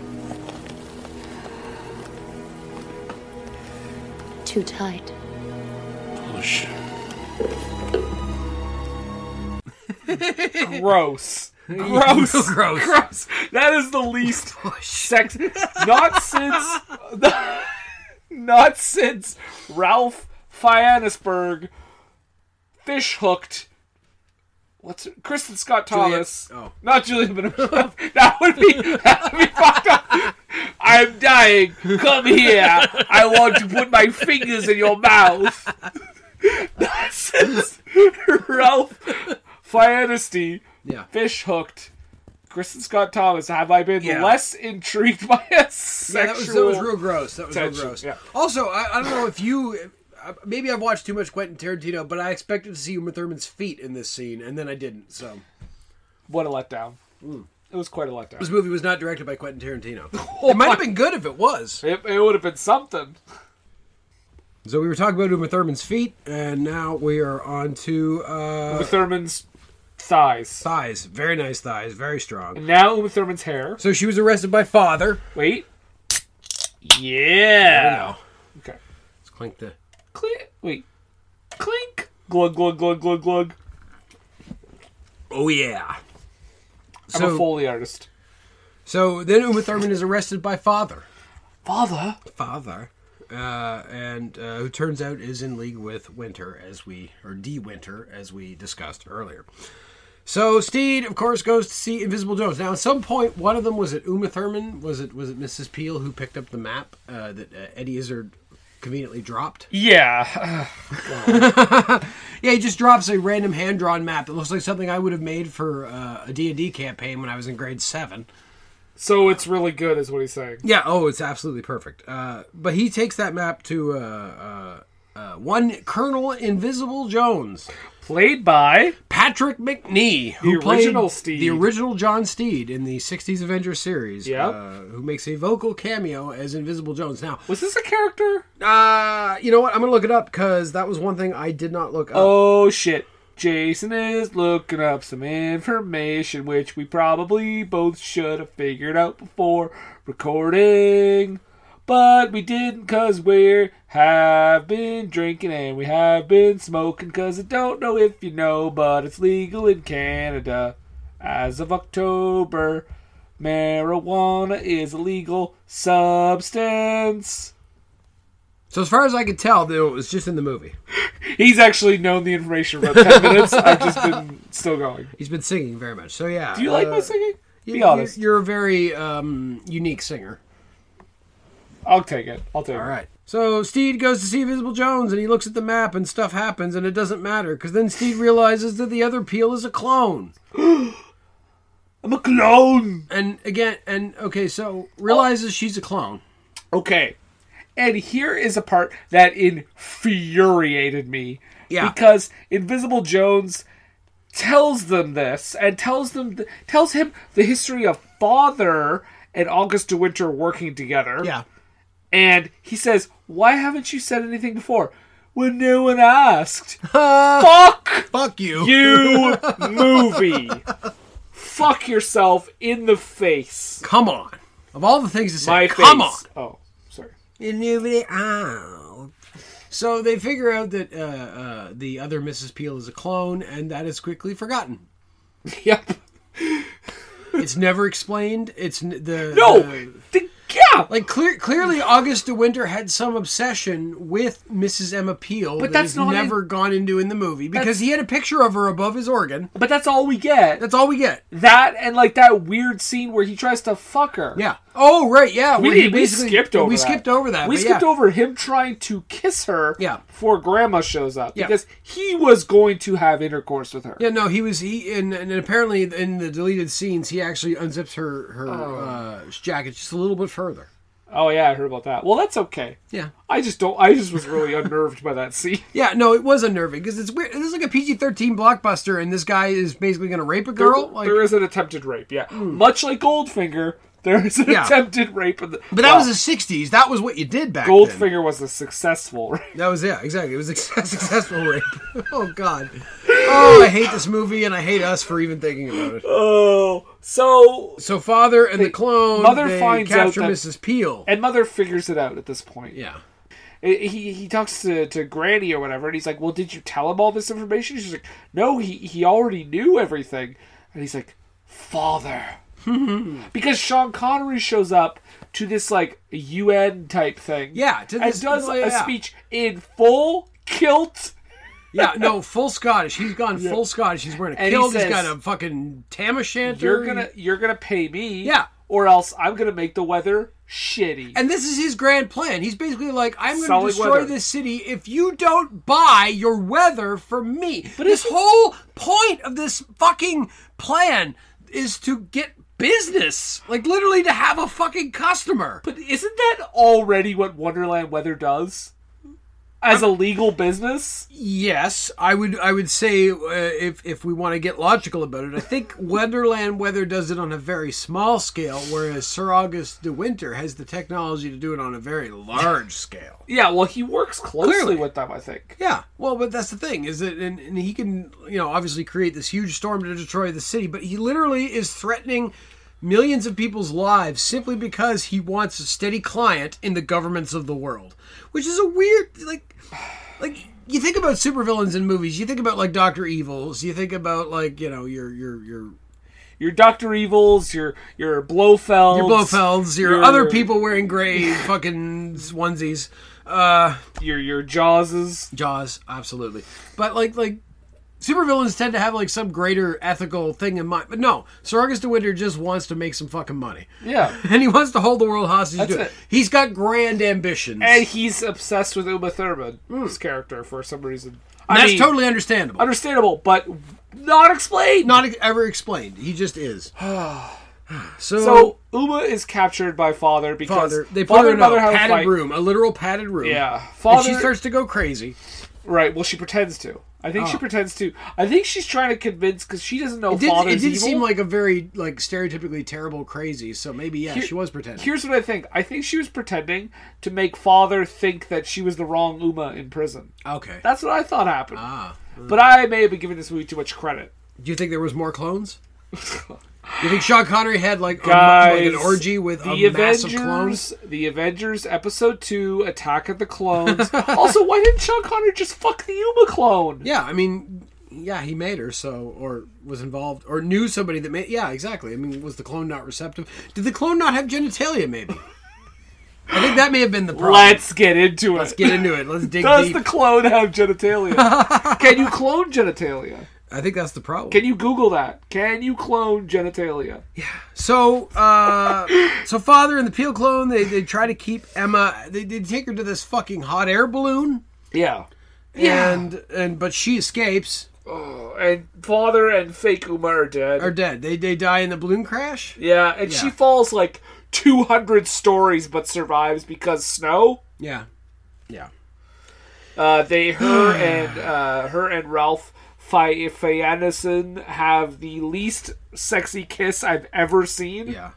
S7: Too tight.
S6: Push.
S2: Gross. Gross.
S1: gross.
S2: Gross. That is the least sex. Not since. not since Ralph Fiannisberg fish hooked. What's it? Kristen Scott Thomas?
S1: oh.
S2: not Julian Binoche. that would be that would be fucked up. I'm dying. Come here. I want to put my fingers in your mouth. Not since Ralph Fiannisty
S1: Yeah.
S2: fish hooked. Kristen Scott Thomas. Have I been
S1: Yeah.
S2: less intrigued by a sexual?
S1: Yeah, that was that was real gross. That was
S2: tension,
S1: real gross.
S2: yeah.
S1: Also, I, I don't know if you. uh, Maybe I've watched too much Quentin Tarantino, but I expected to see Uma Thurman's feet in this scene, and then I didn't. So
S2: What a letdown. It was quite a letdown.
S1: this movie Mm. was not directed by Quentin Tarantino.
S2: Oh
S1: it might have been good if it was.
S2: It, it would have been something.
S1: So we were talking about Uma Thurman's feet, and now we are on to uh,
S2: Uma Thurman's thighs.
S1: thighs. Very nice thighs, very strong.
S2: Now Uma Thurman's hair.
S1: So she was arrested by father.
S2: Wait. Yeah.
S1: No.
S2: Ah, Okay.
S1: Let's clink the.
S2: Clink. Wait. Clink. Glug glug glug glug glug.
S1: Oh yeah.
S2: I'm a
S1: So,
S2: foley artist.
S1: so then Uma Thurman is arrested by father.
S2: Father.
S1: father, uh, and uh, who turns out is in league with Winter, as we or D Winter, as we discussed earlier. So Steed, of course, goes to see Invisible Jones. Now, at some point, one of them was it Uma Thurman? Was it was it Mrs. Peel who picked up the map uh, that uh, Eddie Izzard conveniently dropped?
S2: Yeah.
S1: Yeah, he just drops a random hand drawn map that looks like something I would have made for uh, a D and D campaign when I was in grade seven.
S2: So it's really good, is what he's saying.
S1: Yeah. Oh, it's absolutely perfect. Uh, but he takes that map to uh, uh, uh, one Colonel Invisible Jones,
S2: Played by.
S1: Patrick McNee, who
S2: The original
S1: played
S2: Steed.
S1: the original John Steed in the '60s Avengers series.
S2: Yep.
S1: Uh, who makes a vocal cameo as Invisible Jones. Now,
S2: Was this a character?
S1: uh, you know what? I'm gonna look it up because that was one thing I did not look up.
S2: Oh shit. Jason is looking up some information which we probably both should have figured out before recording. But we didn't cause we have been drinking and we have been smoking cause I don't know if you know, but it's legal in Canada. As of October, marijuana is a legal substance.
S1: So as far as I could tell, though, it was just in the movie.
S2: He's actually known the information for about 10 minutes. I've just been still going.
S1: He's been singing very much. So yeah.
S2: Do you like
S1: uh,
S2: my singing?
S1: you-
S2: Be honest.
S1: You're, you're a very um, unique singer.
S2: I'll take it. I'll take it.
S1: All right. So Steed goes to see Invisible Jones and he looks at the map and stuff happens and it doesn't matter because then Steed realizes that the other Peel is a clone.
S2: I'm a clone.
S1: And again, and okay, so realizes she's a clone.
S2: Okay. And here is a part that infuriated me.
S1: Yeah.
S2: Because Invisible Jones tells them this and tells them th- tells him the history of father and August de Winter working together.
S1: Yeah.
S2: And he says, "Why haven't you said anything before?" When no one asked. Fuck.
S1: Fuck you.
S2: you movie. Fuck yourself in the face.
S1: Come on. Of all the things to say,
S2: My
S1: come
S2: face. Oh, sorry.
S1: on. So they figure out that uh, uh, the other Mrs. Peel is a clone, and that is quickly forgotten.
S2: Yep.
S1: It's never explained. It's n- the
S2: No.
S1: the-
S2: The, yeah, Yeah.
S1: Like clear, clearly, August De Winter had some obsession with Mrs. Emma Peel
S2: But
S1: that
S2: that's
S1: is
S2: not in-
S1: never gone into in the movie because
S2: That's-
S1: he had a picture of her above his organ.
S2: but that's all we get.
S1: That's all we get.
S2: that and like that weird scene where he tries to fuck her.
S1: Yeah. Oh right, yeah.
S2: We,
S1: where he
S2: did- we
S1: basically-
S2: skipped over
S1: We
S2: that.
S1: skipped over that.
S2: We
S1: but
S2: skipped
S1: yeah.
S2: over him trying to kiss her
S1: Yeah.
S2: before Grandma shows up
S1: Yeah.
S2: because he was going to have intercourse with her.
S1: Yeah, no, he was he and, and apparently in the deleted scenes he actually unzips her her uh, jacket just a little bit further.
S2: Oh yeah, I heard about that. Well, that's okay.
S1: Yeah.
S2: I just don't. I just was really unnerved by that scene.
S1: Yeah, no, it was unnerving because it's weird. This is like a PG thirteen blockbuster, and this guy is basically going to rape a girl. like, Hmm.
S2: there is an attempted rape. Yeah, much like Goldfinger, there is an
S1: Yeah.
S2: attempted rape. In the,
S1: but that
S2: Wow.
S1: was the '60s. That was what you did back then.
S2: Goldfinger was a successful rape.
S1: That was yeah, exactly. It was a successful rape. oh God. Oh, I hate this movie, and I hate us for even thinking about it.
S2: Oh, so
S1: So father and the clone,
S2: mother
S1: they
S2: finds out
S1: capture
S2: that-
S1: Mrs. Peel.
S2: and mother figures it out at this point.
S1: Yeah.
S2: he he talks to, to Granny or whatever, and he's like, "Well, did you tell him all this information?" She's like, "No, he he already knew everything," and he's like, "Father," because Sean Connery shows up to this like UN type thing,
S1: Yeah, to
S2: and
S1: this-
S2: does
S1: yeah,
S2: a
S1: yeah.
S2: speech in full kilt.
S1: Yeah, no, full Scottish. He's gone full Scottish. He's wearing a
S2: And he
S1: kilt.
S2: says-
S1: he's got a fucking tam o' shanter.
S2: You're gonna you're gonna pay me,
S1: Yeah.
S2: or else I'm gonna make the weather shitty.
S1: And this is his grand plan. He's basically like, I'm going
S2: Solid
S1: to destroy
S2: weather.
S1: this city if you don't buy your weather from me. But this
S2: isn't-
S1: whole point of this fucking plan is to get business, like literally to have a fucking customer.
S2: but isn't that already what Wonderland Weather does? As a legal business,
S1: Yes, I would. I would say uh, if if we want to get logical about it, I think Wonderland Weather does it on a very small scale, whereas Sir August De Winter has the technology to do it on a very large scale.
S2: Yeah, well, he works closely
S1: Clearly.
S2: with them, I think.
S1: Yeah, well, but that's the thing is that, and, and he can, you know, obviously create this huge storm to destroy the city, but he literally is threatening millions of people's lives simply because he wants a steady client in the governments of the world, which is a weird, like, like you think about supervillains in movies, you think about like Doctor Evils, you think about like you know your your your
S2: Your Doctor Evils, your your Blofeld,
S1: your Blofelds, your,
S2: your-
S1: other people wearing gray fucking onesies. Uh,
S2: your your Jawses.
S1: Jaws, absolutely. But like like supervillains tend to have like some greater ethical thing in mind. But no, Sir August De Winter just wants to make some fucking money.
S2: Yeah,
S1: And he wants to hold the world hostage
S2: That's
S1: to
S2: it.
S1: it. He's got grand ambitions.
S2: and he's obsessed with Uma Thurman's character for some reason. I
S1: Hmm. that's
S2: mean,
S1: totally understandable.
S2: understandable, but not explained.
S1: Not ex- ever explained. He just is. so,
S2: so Uma is captured by father because
S1: father, they put
S2: father
S1: her
S2: and
S1: in a
S2: mother have a
S1: padded
S2: fight.
S1: room, a literal padded room.
S2: Yeah,
S1: And
S2: father.
S1: she starts to go crazy.
S2: right. Well, she pretends to. I think she pretends to. I think she's trying to convince because she doesn't know
S1: Ah. It didn't,
S2: father's
S1: it didn't
S2: evil.
S1: seem like a very like stereotypically terrible crazy. So maybe yeah,
S2: Here-
S1: she was pretending.
S2: Here's what I think. I think she was pretending to make father think that she was the wrong Uma in prison.
S1: okay.
S2: That's what I thought happened.
S1: Ah, hmm.
S2: But I may have been giving this movie too much credit.
S1: Do you think there was more clones? you think Sean Connery had like, a-
S2: Guys,
S1: like an orgy with
S2: the
S1: a mass of
S2: Avengers,
S1: clones?
S2: the Avengers episode two, Attack of the Clones. also, why didn't Sean Connery just fuck the Uma clone?
S1: Yeah, I mean, yeah, he made her so, or was involved, or knew somebody that made. Yeah, exactly. I mean, was the clone not receptive? Did the clone not have genitalia? Maybe. I think that may have been the problem.
S2: Let's get into it.
S1: Let's get into it. Let's dig
S2: Does
S1: deep.
S2: the clone have genitalia? Can you clone genitalia?
S1: I think that's the problem.
S2: Can you Google that? Can you clone genitalia?
S1: So, uh, so father and the Peel clone, they, they try to keep Emma. They, they take her to this fucking hot air balloon,
S2: Yeah.
S1: and and but she escapes.
S2: And father and fake Uma are dead.
S1: are dead. They they die in the balloon crash.
S2: yeah, and she
S1: Yeah.
S2: falls like 200 stories but survives because snow.
S1: Yeah.
S2: Uh, they, her and uh, her and Ralph Fi Fienneson have the least sexy kiss I've ever seen.
S1: Yeah.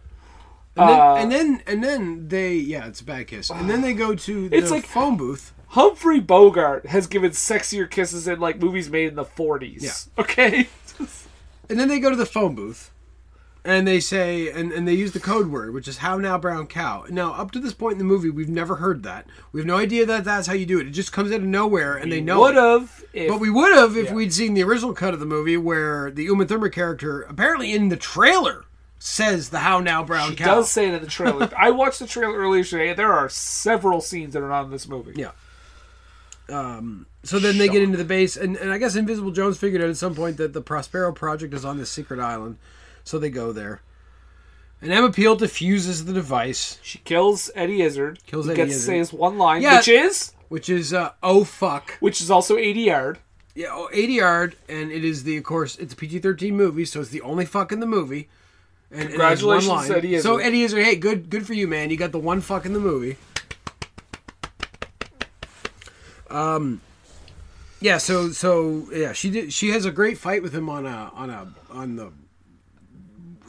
S1: And,
S2: Uh,
S1: then, and then and then they yeah it's a bad kiss and then they go to the
S2: It's like-
S1: phone booth
S2: Humphrey Bogart has given sexier kisses in like movies made in the 40s.
S1: Yeah.
S2: Okay.
S1: and then they go to the phone booth and they say and, and they use the code word which is how now brown cow now up to this point in the movie we've never heard that we have no idea that that's how you do it it just comes out of nowhere and they know
S2: Would
S1: it.
S2: have if
S1: But we would have if we'd seen the original cut of the movie where the Uma Thurman character, apparently in the trailer says the How Now Brown
S2: She
S1: Cow.
S2: does say it in the trailer. I watched the trailer earlier today. There are several scenes that are not in this movie.
S1: Yeah. So then they get into the base, and, and I guess Invisible Jones figured out at some point that the Prospero Project is on this secret island, so they go there. And Emma Peel defuses the device,
S2: She kills Eddie Izzard.
S1: Kills
S2: he
S1: Eddie
S2: gets to
S1: Izzard.
S2: say his one line,
S1: Yeah.
S2: which is
S1: which is uh, oh fuck,
S2: which is also 80 yard.
S1: yeah, oh, 80 yard, and it is the of course it's a PG thirteen movie, so it's the only fuck in the movie. And it has one
S2: Congratulations,
S1: line.
S2: Eddie
S1: So
S2: Izzard.
S1: Eddie Izzard, hey, good good for you, man. You got the one fuck in the movie. Um, Um, yeah. So so yeah, she did. She has a great fight with him on a on a on the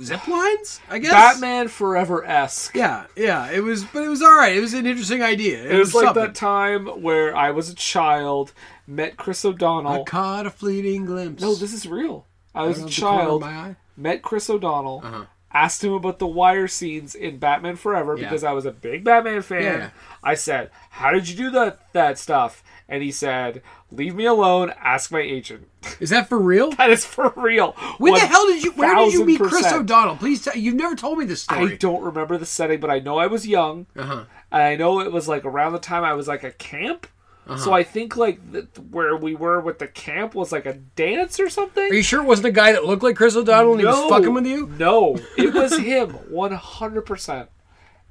S1: zip lines. I guess.
S2: Batman Forever esque.
S1: Yeah, yeah. It was, but it was all right. It was an interesting idea. It,
S2: It was like
S1: something.
S2: that time where I was a child, met Chris O'Donnell.
S1: I caught a fleeting glimpse.
S2: No, this is real. I was
S1: out
S2: a
S1: of the corner of
S2: child,
S1: my eye. Uh-huh.
S2: met Chris O'Donnell, asked him about the wire scenes in Batman Forever because I was a big Batman fan.
S1: Yeah.
S2: I said, "How did you do that that stuff?" And he said, "Leave me alone. Ask my agent."
S1: Is that for real?
S2: That is for real.
S1: When the hell did you? Where did you meet Chris
S2: 1000%.
S1: O'Donnell? Please, tell, you've never told me this story.
S2: I don't remember the setting, but I know I was young. Uh-huh. And I know it was like around the time I was like a camp.
S1: Uh-huh.
S2: So I think like th- where we were with the camp was like a dance or something.
S1: Are you sure it wasn't a guy that looked like Chris O'Donnell and he was fucking with you?
S2: No, it was him, one hundred percent,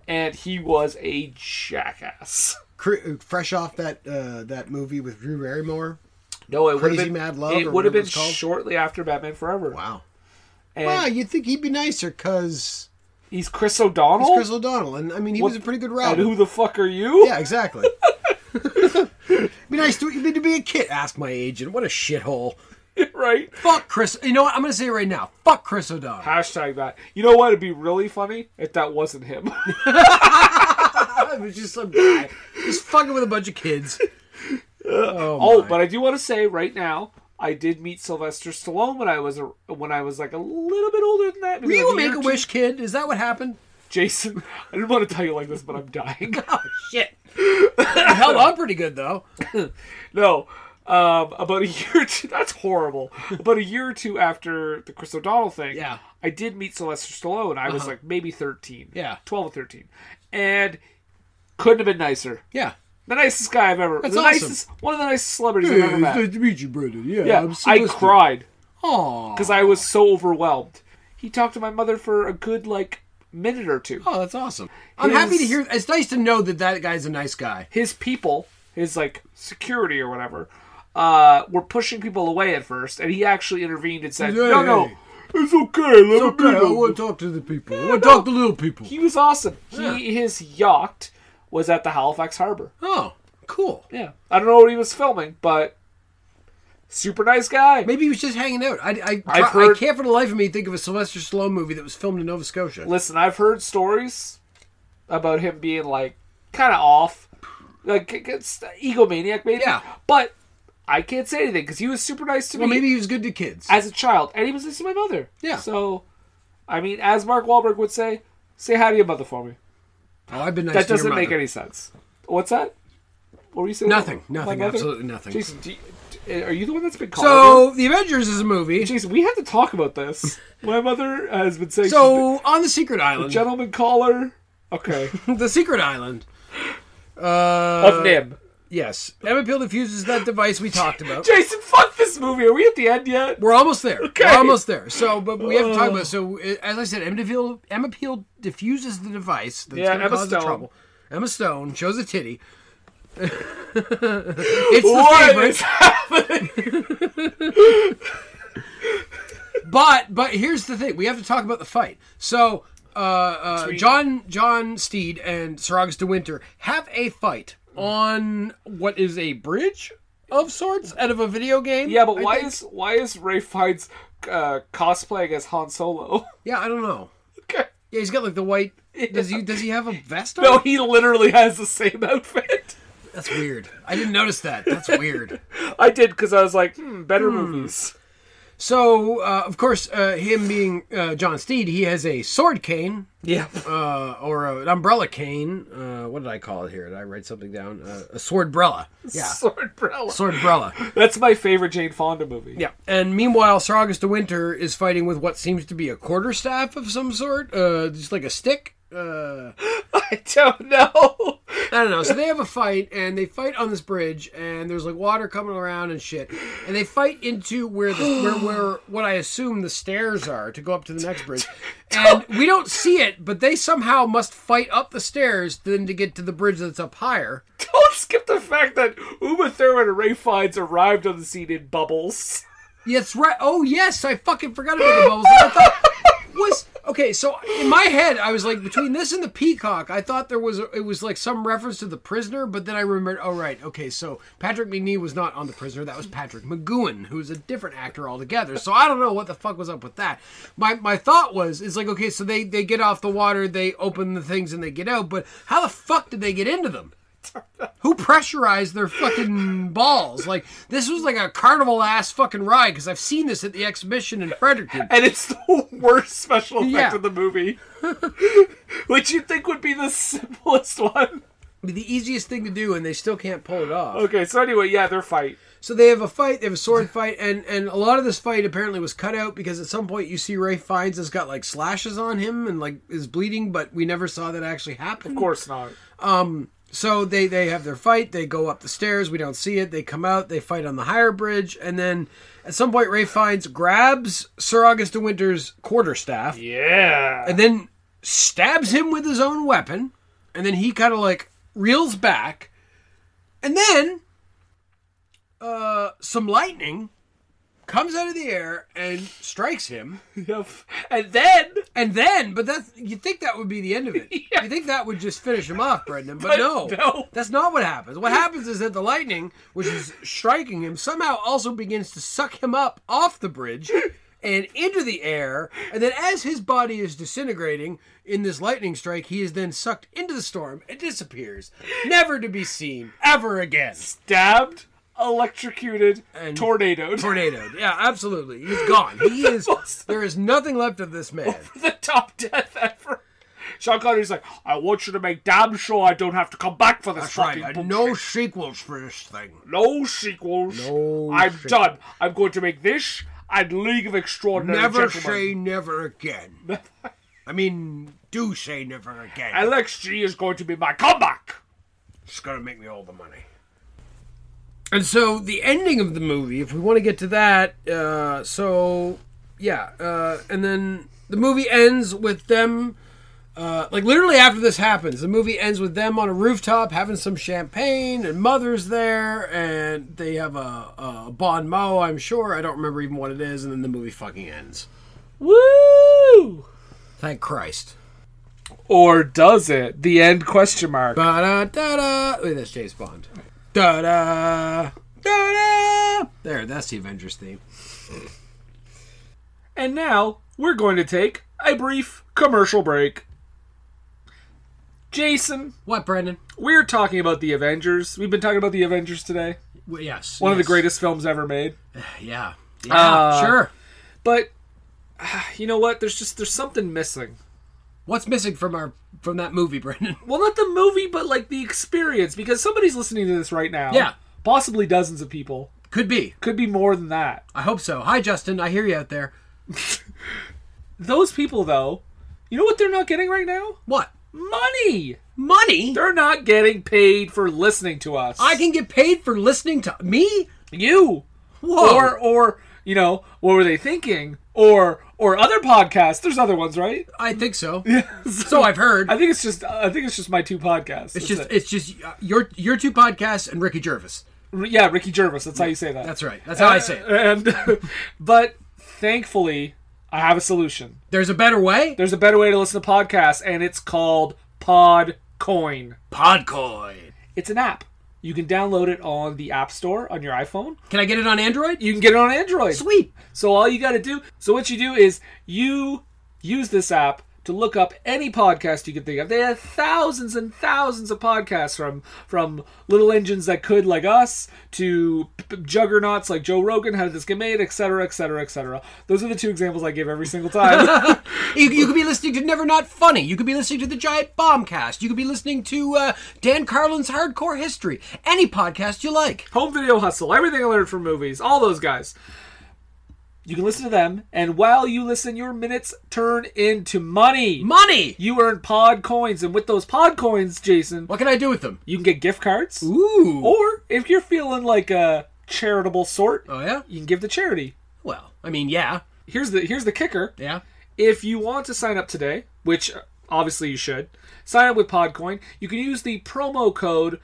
S2: and he was a jackass.
S1: Cr- Fresh off that uh, that movie with Drew Barrymore.
S2: No, it would have
S1: Crazy
S2: been
S1: Mad Love, or
S2: It would have
S1: whatever
S2: been
S1: it's called?
S2: shortly after Batman Forever.
S1: Wow.
S2: And
S1: Wow, you'd think he'd be nicer because
S2: he's Chris O'Donnell.
S1: he's Chris O'Donnell, and I mean he
S2: What-
S1: was a pretty good
S2: and
S1: router.
S2: who the fuck are you?
S1: Yeah, exactly. be nice to, it'd be to be a kid. Ask my agent. What a shithole.
S2: right.
S1: Fuck Chris. You know what? I'm gonna say it right now. Fuck Chris O'Donnell.
S2: Hashtag that. You know what? It'd be really funny if that wasn't him.
S1: It was just some guy just fucking with a bunch of kids.
S2: Oh, but I do want to say right now, I did meet Sylvester Stallone when I was a, when I was like a little bit older than that.
S1: Were you a Make a Wish kid? Is that what happened?
S2: Jason? I didn't want to tell you like this, but I'm dying.
S1: Shit. I held on pretty good though.
S2: no, um, about a year. Or two, that's horrible. About a year or two after the Chris O'Donnell thing,
S1: Yeah. Uh-huh.
S2: I did meet Sylvester Stallone. I was like maybe thirteen,
S1: Yeah.
S2: twelve or thirteen, and couldn't have been nicer.
S1: Yeah.
S2: The nicest guy I've ever.
S1: That's
S2: the
S1: awesome.
S2: nicest, one of the nicest celebrities I've ever met.
S1: to meet you, Brendan.
S2: Yeah, I cried.
S1: Aw.
S2: because I was so overwhelmed. He talked to my mother for a good like minute or two.
S1: Oh, that's awesome. I'm
S2: His-
S1: happy to hear. It's nice to know that that guy's a nice guy.
S2: His people, his like security or whatever, uh, were pushing people away at first, and he actually intervened and said,
S1: Hey,
S2: "No, no,
S1: hey.
S2: it's okay. Let me be there."
S1: to talk to the people. I want to talk to little people.
S2: He was awesome. He his yacht was at the Halifax Harbor.
S1: Oh, cool.
S2: Yeah, I don't know what he was filming, but super nice guy.
S1: Maybe he was just hanging out. I, I,
S2: I've
S1: I,
S2: heard-
S1: can't for the life of me think of a Sylvester Stallone movie that was filmed in Nova Scotia.
S2: Listen, I've heard stories about him being like kind of off, like it's egomaniac maybe.
S1: Yeah.
S2: But I can't say anything because he was super nice to
S1: Well,
S2: me
S1: maybe he was good to kids.
S2: as a child, and he was nice to my mother.
S1: Yeah.
S2: So, I mean, as Mark Wahlberg would say, "Say hi to your mother for me."
S1: oh, I've been nice
S2: That
S1: to your
S2: doesn't make
S1: mother.
S2: any sense. What's that? What were you saying?
S1: Nothing.
S2: My
S1: Nothing.
S2: mother?
S1: Absolutely nothing.
S2: Jason, do you, d- are you the one that's been called?
S1: So, The Avengers is a movie.
S2: Jason, we have to talk about this. My mother has been saying, she's
S1: So, on the Secret
S2: been-
S1: Island,
S2: gentleman caller." Okay.
S1: the Secret Island.
S2: of Nim.
S1: Yes, Emmett Peel defuses that device we talked about.
S2: Jason, fuck this movie. Are we at the end yet?
S1: We're almost there.
S2: Okay. Oh.
S1: We're almost there. So, but we have to talk about. So, uh, as I said, Emma Peel, Emma Peel diffuses the device that's
S2: Yeah,
S1: going to
S2: Emma
S1: cause the
S2: Stone.
S1: trouble. Emma Stone shows a titty. it's the
S2: What
S1: favorite,
S2: is-
S1: but but here's the thing: we have to talk about the fight. So, uh, uh, John John Steed and Sarags de Winter have a fight on what is a bridge of sorts out of a video game.
S2: yeah, but
S1: I
S2: why
S1: think.
S2: is why is Ray Fiennes uh, cosplaying as Han Solo?
S1: Yeah, I don't know.
S2: Okay.
S1: Yeah, he's got like the white. Does he does he have a vest on?
S2: No, he literally has the same outfit.
S1: That's weird. I didn't notice that. That's weird. Hmm.
S2: I did because I was like, hmm, better movies.
S1: So, uh, of course, uh, him being uh, John Steed, he has a sword cane
S2: Yeah.
S1: uh, or an umbrella cane. Uh, what did I call it here? Did I write something down? Uh, a swordbrella. Yeah,
S2: Swordbrella.
S1: swordbrella.
S2: That's my favorite Jane Fonda movie.
S1: Yeah. And meanwhile, Sir August de Winter is fighting with what seems to be a quarterstaff of some sort, uh, just like a stick. Uh,
S2: I don't know.
S1: I don't know. So they have a fight, and they fight on this bridge, and there's like water coming around and shit, and they fight into where the where where what I assume the stairs are to go up to the next bridge, and we don't see it, but they somehow must fight up the stairs then to get to the bridge that's up higher.
S2: Don't Oh, skip the fact that Uma Thurman and Ray Fiennes arrived on the scene in bubbles.
S1: Yes, right. Oh, yes, I fucking forgot about the bubbles. I thought was okay. So in my head, I was like, between this and the peacock, I thought there was a, it was like some reference to the prisoner, but then I remembered. Oh, right. Okay, so Patrick McNee was not on the prisoner. That was Patrick McGowan, who's a different actor altogether. So I don't know what the fuck was up with that. My my thought was, it's like okay, so they they get off the water, they open the things, and they get out. But how the fuck did they get into them? Who pressurized their fucking balls? Like this was like a carnival ass fucking ride because I've seen this at the exhibition in Fredericton.
S2: And it's the worst special effect
S1: Yeah.
S2: of the movie. Which you'd think would be the simplest one.
S1: Be the easiest thing to do, and they still can't pull it off.
S2: Okay, so anyway, yeah, their fight.
S1: So they have a fight. They have a sword fight, and and a lot of this fight apparently was cut out because at some point you see Ray Fiennes has got like slashes on him and like is bleeding, but we never saw that actually happen.
S2: Of course not.
S1: So they they have their fight. They go up the stairs. We don't see it. They come out. They fight on the higher bridge, and then at some point Ray finds grabs Sir August de Winter's quarterstaff,
S2: Yeah.
S1: and then stabs him with his own weapon, and then he kind of like reels back, and then uh, some lightning comes out of the air and strikes him.
S2: Yep. And then
S1: And then, but that's you think that would be the end of it. You think that would just finish him off, Brendan? But,
S2: But
S1: no,
S2: no.
S1: that's not what happens. What happens is that the lightning, which is striking him, somehow also begins to suck him up off the bridge and into the air. And then, as his body is disintegrating in this lightning strike, he is then sucked into the storm and disappears, never to be seen ever again.
S2: stabbed, electrocuted,
S1: And-
S2: tornadoed.
S1: Tornadoed. Yeah, absolutely. He's gone. He is. There is nothing left of this man.
S2: the top death ever. Sean Connery's like, I want you to make damn sure I don't have to come back for this fucking
S1: Right,
S2: bullshit.
S1: no sequels for this thing.
S2: No sequels.
S1: No
S2: I'm
S1: sequels.
S2: done. I'm going to make this and League of Extraordinary
S1: Never
S2: Gentlemen.
S1: say never again. I mean, do say never again.
S2: LXG is going to be my comeback.
S1: It's gonna make me all the money. And so the ending of the movie, if we want to get to that, uh, so yeah, uh, and then the movie ends with them, uh, like literally after this happens, the movie ends with them on a rooftop having some champagne, and Mother's there, and they have a, a bon mot, I'm sure. I don't remember even what it is, and then the movie fucking ends.
S2: Woo!
S1: Thank Christ.
S2: Or does it? The end question mark.
S1: Ba da da da. Wait, that's James Bond. Da da da da. There, that's the Avengers theme.
S2: And now we're going to take a brief commercial break. Jason,
S1: What, Brendan?
S2: we're talking about the Avengers. We've been talking about the Avengers today.
S1: Well, yes,
S2: One of the Uh,
S1: yes.
S2: greatest films ever made.
S1: Yeah, yeah, sure.
S2: But you know what? There's just there's something missing.
S1: What's missing from our from that movie, Brendan?
S2: Well, not the movie, but like the experience because somebody's listening to this right now.
S1: Yeah.
S2: Possibly dozens of people.
S1: Could be.
S2: Could be more than that.
S1: I hope so. Hi, Justin. I hear you out there.
S2: Those people though, you know what they're not getting right now?
S1: What?
S2: Money.
S1: Money?
S2: They're not getting paid for listening to us.
S1: I can get paid for listening to me.
S2: you
S1: Whoa.
S2: or or you know what were they thinking or or other podcasts there's other ones right
S1: I think so. so I've heard.
S2: i think it's just i think it's just my two podcasts
S1: it's just it's just uh, your your two podcasts and Ricky Gervais.
S2: yeah ricky gervais that's how you say that
S1: That's right. That's how
S2: Uh,
S1: I say it.
S2: and but thankfully i have a solution
S1: There's a better way.
S2: there's a better way to listen to podcasts and it's called podcoin
S1: Podcoin.
S2: it's an app you can download it on the app store on your iphone
S1: Can I get it on Android?
S2: you can get it on android
S1: Sweet.
S2: So all you got to do, so what you do is you use this app to look up any podcast you can think of. They have thousands and thousands of podcasts from from little engines that could like us to p- p- juggernauts like Joe Rogan, How Did This Get Made, etc., etc., etc. Those are the two examples I give every single time.
S1: You, you could be listening to Never Not Funny. You could be listening to the Giant Bombcast. You could be listening to uh, Dan Carlin's Hardcore History. Any podcast you like.
S2: Home Video Hustle, everything I learned from movies, all those guys. You can listen to them, and while you listen, your minutes turn into money.
S1: Money.
S2: You earn pod coins, and with those pod coins, Jason,
S1: What can I do with them?
S2: you can get gift cards.
S1: Ooh.
S2: Or if you're feeling like a charitable sort,
S1: Oh yeah.
S2: you can give to charity.
S1: Well, I mean, yeah,
S2: Here's the here's the kicker.
S1: yeah.
S2: If you want to sign up today, which uh, obviously you should, sign up with Podcoin. You can use the promo code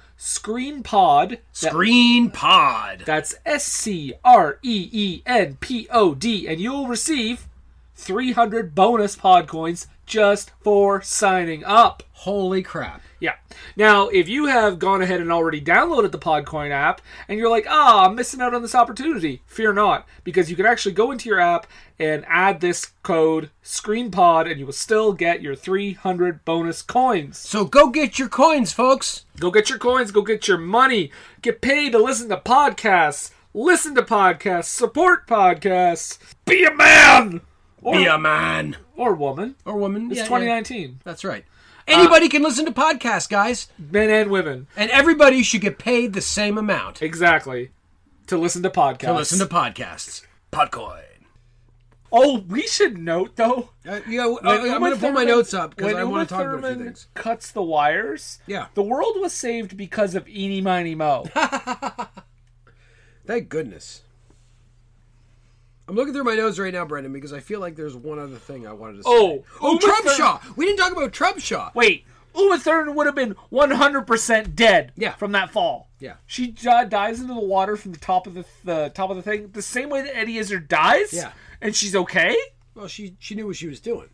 S2: ScreenPod. that-
S1: Green Pod.
S2: That's S C R E E N P O D, and you'll receive 300 bonus pod coins just for signing up.
S1: Holy crap.
S2: Yeah. Now, if you have gone ahead and already downloaded the Podcoin app and you're like, ah, I'm missing out on this opportunity, fear not, because you can actually go into your app and add this code ScreenPod and you will still get your 300 bonus coins.
S1: So go get your coins, folks.
S2: Go get your coins, go get your money, get paid to listen to podcasts, listen to podcasts, support podcasts, be a man or,
S1: Be a man
S2: or woman.
S1: or woman.
S2: It's
S1: Yeah, yeah.
S2: 2019.
S1: That's right. Anybody can listen to podcasts, guys,
S2: Men and women.
S1: and everybody should get paid the same amount
S2: Exactly. To listen to podcasts.
S1: to listen to podcasts. Podcoin.
S2: Oh, we should note though.
S1: Uh, yeah, w-
S2: when
S1: uh, I'm
S2: Uma
S1: going to pull my
S2: Thurman-
S1: notes up because
S2: when
S1: I want
S2: Uma
S1: to talk about a few
S2: Thurman
S1: things.
S2: Cuts the wires.
S1: Yeah. Oh,
S2: The world was saved because of Eeny Miny Mo.
S1: Thank goodness. I'm looking through my notes right now, Brendan, because I feel like there's one other thing I wanted to say.
S2: Oh,
S1: oh,
S2: Uma
S1: Trumpshaw! We didn't talk about Trumpshaw.
S2: Wait, Uma Thurman would have been 100% dead.
S1: Yeah.
S2: From that fall.
S1: Yeah.
S2: She uh, dives into the water from the top of the the top of the thing, the same way that Eddie Izzard dies.
S1: Yeah.
S2: And she's okay.
S1: Well, she she knew what she was doing.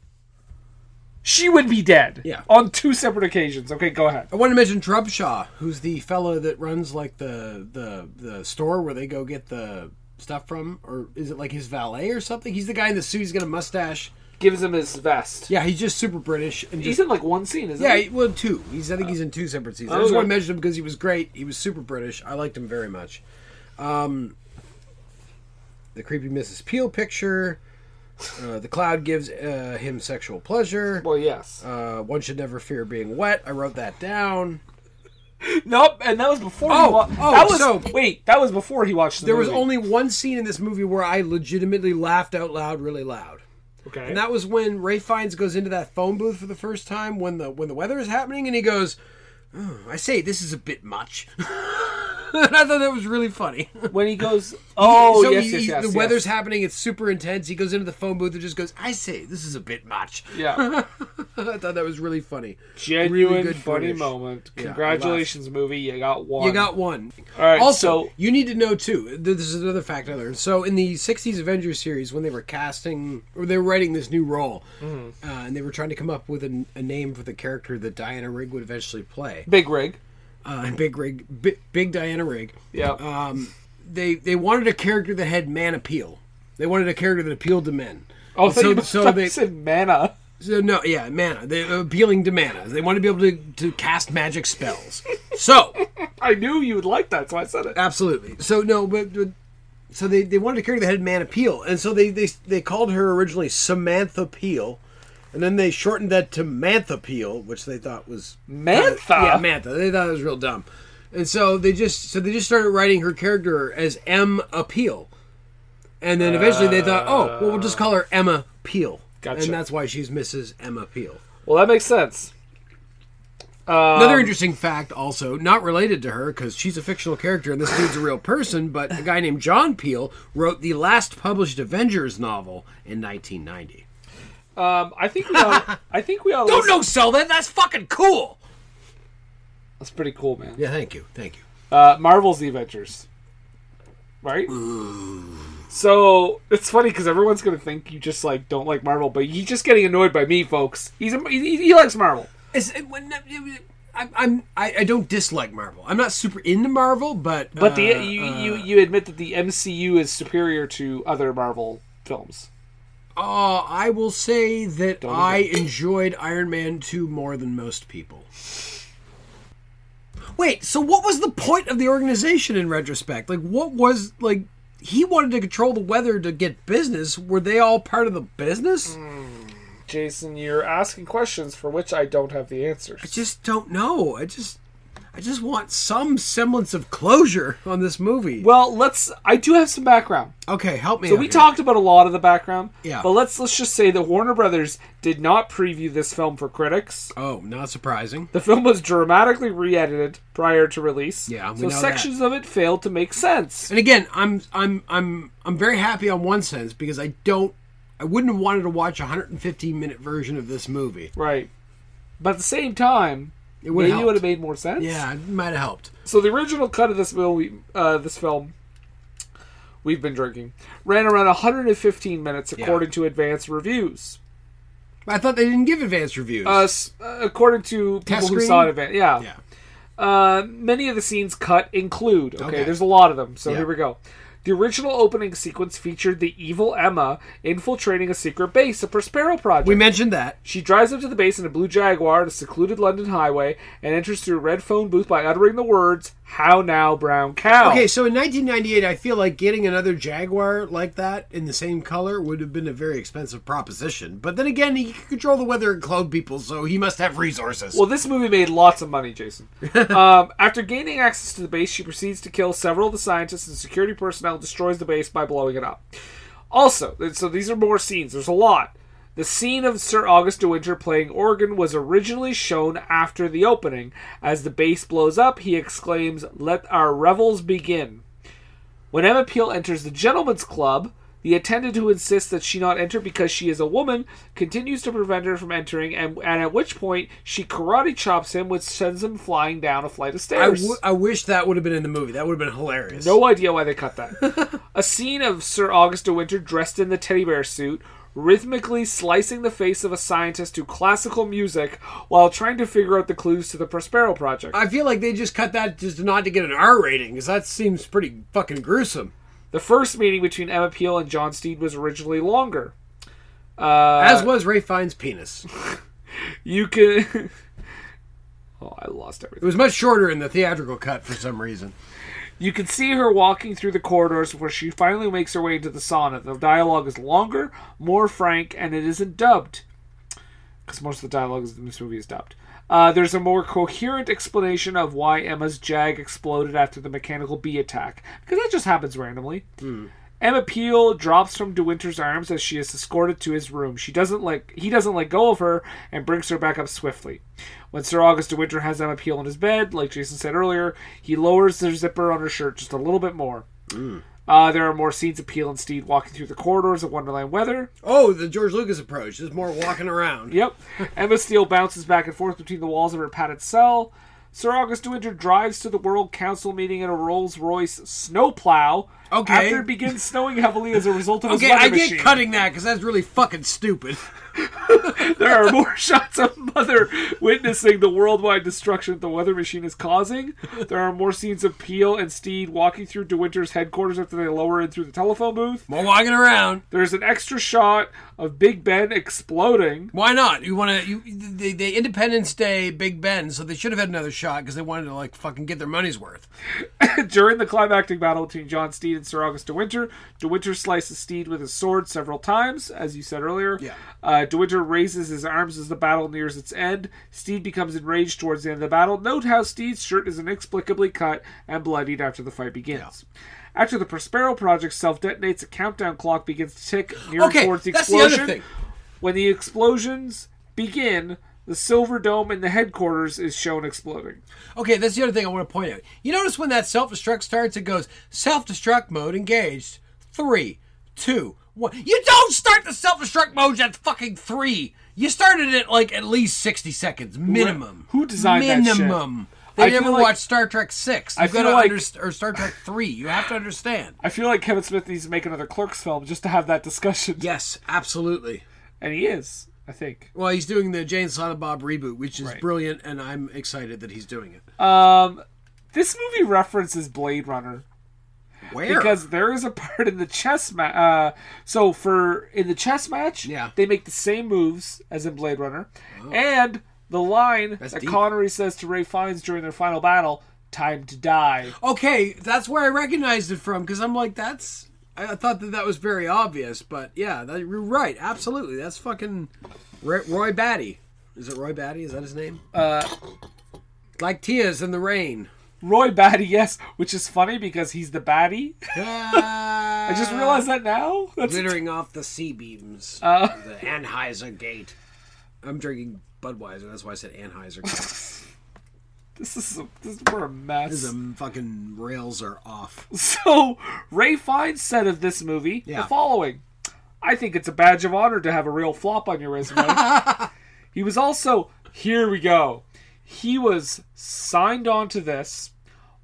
S2: She would be dead.
S1: Yeah.
S2: On two separate occasions. Okay, go ahead.
S1: I want to mention Trumpshaw, who's the fella that runs like the the the store where they go get the stuff from, or is it like his valet or something? He's the guy in the suit. He's got a mustache.
S2: Gives him his vest.
S1: Yeah, he's just super British and
S2: He's
S1: just.
S2: in like one scene, isn't
S1: Yeah,
S2: he?
S1: he- well, two. He's I think he's in two separate seasons. I just
S2: Okay.
S1: want to mention him because he was great. He was super British. I liked him very much. Um, the creepy Mrs. Peel picture. Uh, the cloud gives uh, him sexual pleasure.
S2: Well, yes.
S1: Uh, one should never fear being wet. I wrote that down.
S2: Nope, and that was before.
S1: Oh,
S2: he wa-
S1: oh,
S2: that was,
S1: so-
S2: wait, that was before he watched. The
S1: There was
S2: movie.
S1: only one scene in this movie where I legitimately laughed out loud, really loud,
S2: okay.
S1: and that was when Ray Fiennes goes into that phone booth for the first time when the when the weather is happening, and he goes, "Oh, "I say this is a bit much." and I thought that was really funny.
S2: when he goes, oh
S1: so
S2: yes,
S1: he-
S2: yes,
S1: he-
S2: yes,
S1: the
S2: yes.
S1: weather's happening; it's super intense. He goes into the phone booth and just goes, "I say this is a bit much."
S2: Yeah,
S1: I thought that was really funny.
S2: genuine
S1: Really good
S2: funny
S1: British.
S2: moment.
S1: Yeah, I laughed.
S2: Congratulations, movie, you got one.
S1: You got one.
S2: All right,
S1: also,
S2: so-
S1: you need to know too. This is another fact I learned. So, in the '60s Avengers series, when they were casting or they were writing this new role,
S2: Mm-hmm.
S1: uh, and they were trying to come up with a, a name for the character that Diana Rigg would eventually play,
S2: big rig.
S1: uh, Big Rig, Big, Big Diana Rigg.
S2: Yeah,
S1: Uh, They they wanted a character that had man appeal. They wanted a character that appealed to men.
S2: oh,
S1: so-
S2: so,
S1: so
S2: so
S1: they-
S2: they said mana.
S1: So no, yeah, mana. They appealing to mana. They wanted to be able to, to cast magic spells. So
S2: I knew you would like that, so I said it.
S1: Absolutely. So no, but, but- so they, they wanted a character that had man appeal, and so they, they they called her originally Samantha Peel, and then they shortened that to Mantha Peel, which they thought was
S2: Mantha?
S1: yeah, Mantha. They thought it was real dumb, and so they just so they just started writing her character as M Appeal, and then eventually they thought, oh, well, we'll just call her Emma Peel,
S2: Gotcha.
S1: and that's why she's Mrs. Emma Peel.
S2: Well, that makes sense.
S1: Another interesting fact, also not related to her because she's a fictional character and this dude's a real person, but a guy named John Peel wrote the last published Avengers novel in 1990.
S2: Um, I think we all. I think we all.
S1: Don't no sell that. That's fucking cool.
S2: That's pretty cool, man.
S1: Yeah, thank you, thank you.
S2: uh, Marvel's The Adventures, right? So it's funny because everyone's gonna think you just like don't like Marvel, but he's just getting annoyed by me, folks. He's a, he, he likes Marvel.
S1: It's, it, when, I, I'm I, I don't dislike Marvel. I'm not super into Marvel, but
S2: But the
S1: uh,
S2: you, you you admit that the MCU is superior to other Marvel films.
S1: Uh, I will say that I enjoyed Iron Man 2 more than most people. Wait, so what was the point of the organization in retrospect? Like, what was, like, he wanted to control the weather to get business. Were they all part of the business?
S2: Mm. Jason, you're asking questions for which I don't have the
S1: I
S2: answers.
S1: just don't know. I just, I just want some semblance of closure on this movie.
S2: Well, let's. I do have some background.
S1: okay, help me.
S2: So
S1: out
S2: we
S1: here.
S2: talked about a lot of the background.
S1: Yeah.
S2: But let's let's just say that Warner Brothers did not preview this film for critics.
S1: Oh, not surprising.
S2: The film was dramatically re-edited prior to release.
S1: Yeah, we
S2: So
S1: know
S2: sections of it failed to make sense.
S1: And again, I'm I'm I'm I'm very happy on one sense because I don't I wouldn't have wanted to watch a 115 minute version of this movie.
S2: Right. But at the same time, it
S1: would've
S2: maybe it
S1: helped.
S2: would have made more sense.
S1: Yeah, it might have helped.
S2: So the original cut of this movie, uh, this film, we've been drinking, ran around 115 minutes according to advanced reviews.
S1: But I thought they didn't give advanced reviews.
S2: Uh, s- uh, according to people
S1: Test
S2: who
S1: screen?
S2: saw it, advan- yeah.
S1: Yeah.
S2: Uh, many of the scenes cut include. Okay,
S1: Okay.
S2: there's a lot of them. So
S1: Yeah.
S2: here we go. The original opening sequence featured the evil Emma infiltrating a secret base, a Prospero project.
S1: we mentioned that.
S2: She drives up to the base in a blue Jaguar on a secluded London highway and enters through a red phone booth by uttering the words, How now, brown cow?
S1: Okay, so in 1998, I feel like getting another Jaguar like that in the same color would have been a very expensive proposition. But then again, he could control the weather and clothe people, so he must have resources.
S2: Well, this movie made lots of money, Jason. um, after gaining access to the base, she proceeds to kill several of the scientists and security personnel, and destroys the base by blowing it up. Also, th- so these are more scenes. There's a lot. The scene of Sir August de Winter playing organ was originally shown after the opening. As the base blows up, he exclaims, "Let our revels begin." When Emma Peel enters the gentleman's club, the attendant who insists that she not enter because she is a woman continues to prevent her from entering, and, and at which point she karate chops him, which sends him flying down a flight of
S1: I,
S2: stairs.
S1: w- I wish that would have been in the movie. That would have been hilarious.
S2: No idea why they cut that. a scene of Sir August de Winter dressed in the teddy bear suit, rhythmically slicing the face of a scientist to classical music while trying to figure out the clues to the Prospero Project.
S1: I feel like they just cut that just not to get an R rating because that seems pretty fucking gruesome.
S2: the first meeting between Emma Peel and John Steed was originally longer. Uh,
S1: As was Ray Fine's penis.
S2: You can. oh, I lost everything.
S1: It was much shorter in the theatrical cut for some reason.
S2: You can see her walking through the corridors before she finally makes her way into the sauna. The dialogue is longer, more frank, and it isn't dubbed. Because most of the dialogue in this movie is dubbed. Uh, there's a more coherent explanation of why Emma's jag exploded after the mechanical bee attack. Because that just happens randomly. Emma Peel drops from De Winter's arms as she is escorted to his room. She doesn't let he doesn't let go of her and brings her back up swiftly. When Sir August De Winter has Emma Peel in his bed, like Jason said earlier, he lowers the zipper on her shirt just a little bit more.
S1: Mm.
S2: Uh, there are more scenes of Peel and Steed walking through the corridors of Wonderland Weather.
S1: Oh, the George Lucas approach. There's more walking around.
S2: Yep. Emma Steele bounces back and forth between the walls of her padded cell. Sir August De Winter drives to the World Council meeting in a Rolls Royce snowplow.
S1: Okay.
S2: After it begins snowing heavily as a result of his
S1: Okay,
S2: weather
S1: I get
S2: machine.
S1: cutting that because that's really fucking stupid.
S2: There are more shots of Mother witnessing the worldwide destruction the weather machine is causing. There are more scenes of Peel and Steed walking through De Winter's headquarters after they lower in through the telephone booth.
S1: More walking around.
S2: There's an extra shot of Big Ben exploding.
S1: Why not? You want to? You they, they Independence Day, Big Ben, so they should have had another shot because they wanted to like fucking get their money's worth.
S2: During the climactic battle between John Steed and Sir August De Winter, De Winter slices Steed with his sword several times, as you said earlier.
S1: Yeah.
S2: Uh, De Winter raises his arms as the battle nears its end. Steed becomes enraged towards the end of the battle. Note how Steed's shirt is inexplicably cut and bloodied after the fight begins. After the Prospero Project self detonates, a countdown clock begins to tick near
S1: Okay,
S2: towards the
S1: that's the
S2: explosion.
S1: other thing.
S2: When the explosions begin, the silver dome in the headquarters is shown exploding.
S1: Okay, that's the other thing I want to point out. You notice when that self destruct starts, it goes self destruct mode engaged. Three, two, one. You don't start the self destruct mode at fucking three. You started it like at least sixty seconds minimum.
S2: who designed that shit?
S1: minimum?
S2: I
S1: They
S2: feel
S1: never
S2: like-
S1: watched Star Trek Six.
S2: I
S1: You've got to
S2: feel like-
S1: understand, or Star Trek Three. You have to understand.
S2: I feel like Kevin Smith needs to make another Clerks film just to have that discussion.
S1: Yes, absolutely.
S2: And he is, I think.
S1: Well, he's doing the Jane Silent Bob reboot, which is brilliant, and I'm excited that he's doing it.
S2: Um, this movie references Blade Runner.
S8: Where?
S2: Because there is a part in the chess match. Uh, so for in the chess match,
S8: Yeah.
S2: they make the same moves as in Blade Runner, and the line that
S8: deep.
S2: Connery says to Ray Fiennes during their final battle: "Time to die."
S1: Okay, that's where I recognized it from because I'm like, that's. I I thought that that was very obvious, but yeah, that, you're right. Absolutely, that's fucking Roy, Roy Batty. Is it Roy Batty? Is that his name? Uh, like Tia's in the rain.
S2: Roy Batty, yes, which is funny because he's the baddie.
S1: I
S2: I just realized that now. That's
S1: Glittering off the sea beams.
S2: Oh.
S1: the Anheuser Gate. I'm drinking Budweiser. That's why I said Anheuser. Gate.
S2: this is a, this we're a mess.
S1: the fucking rails are off.
S2: So, Ray Fiennes said of this movie
S1: Yeah.
S2: the following I think it's a badge of honor to have a real flop on your resume. he was also, here we go, he was signed on to this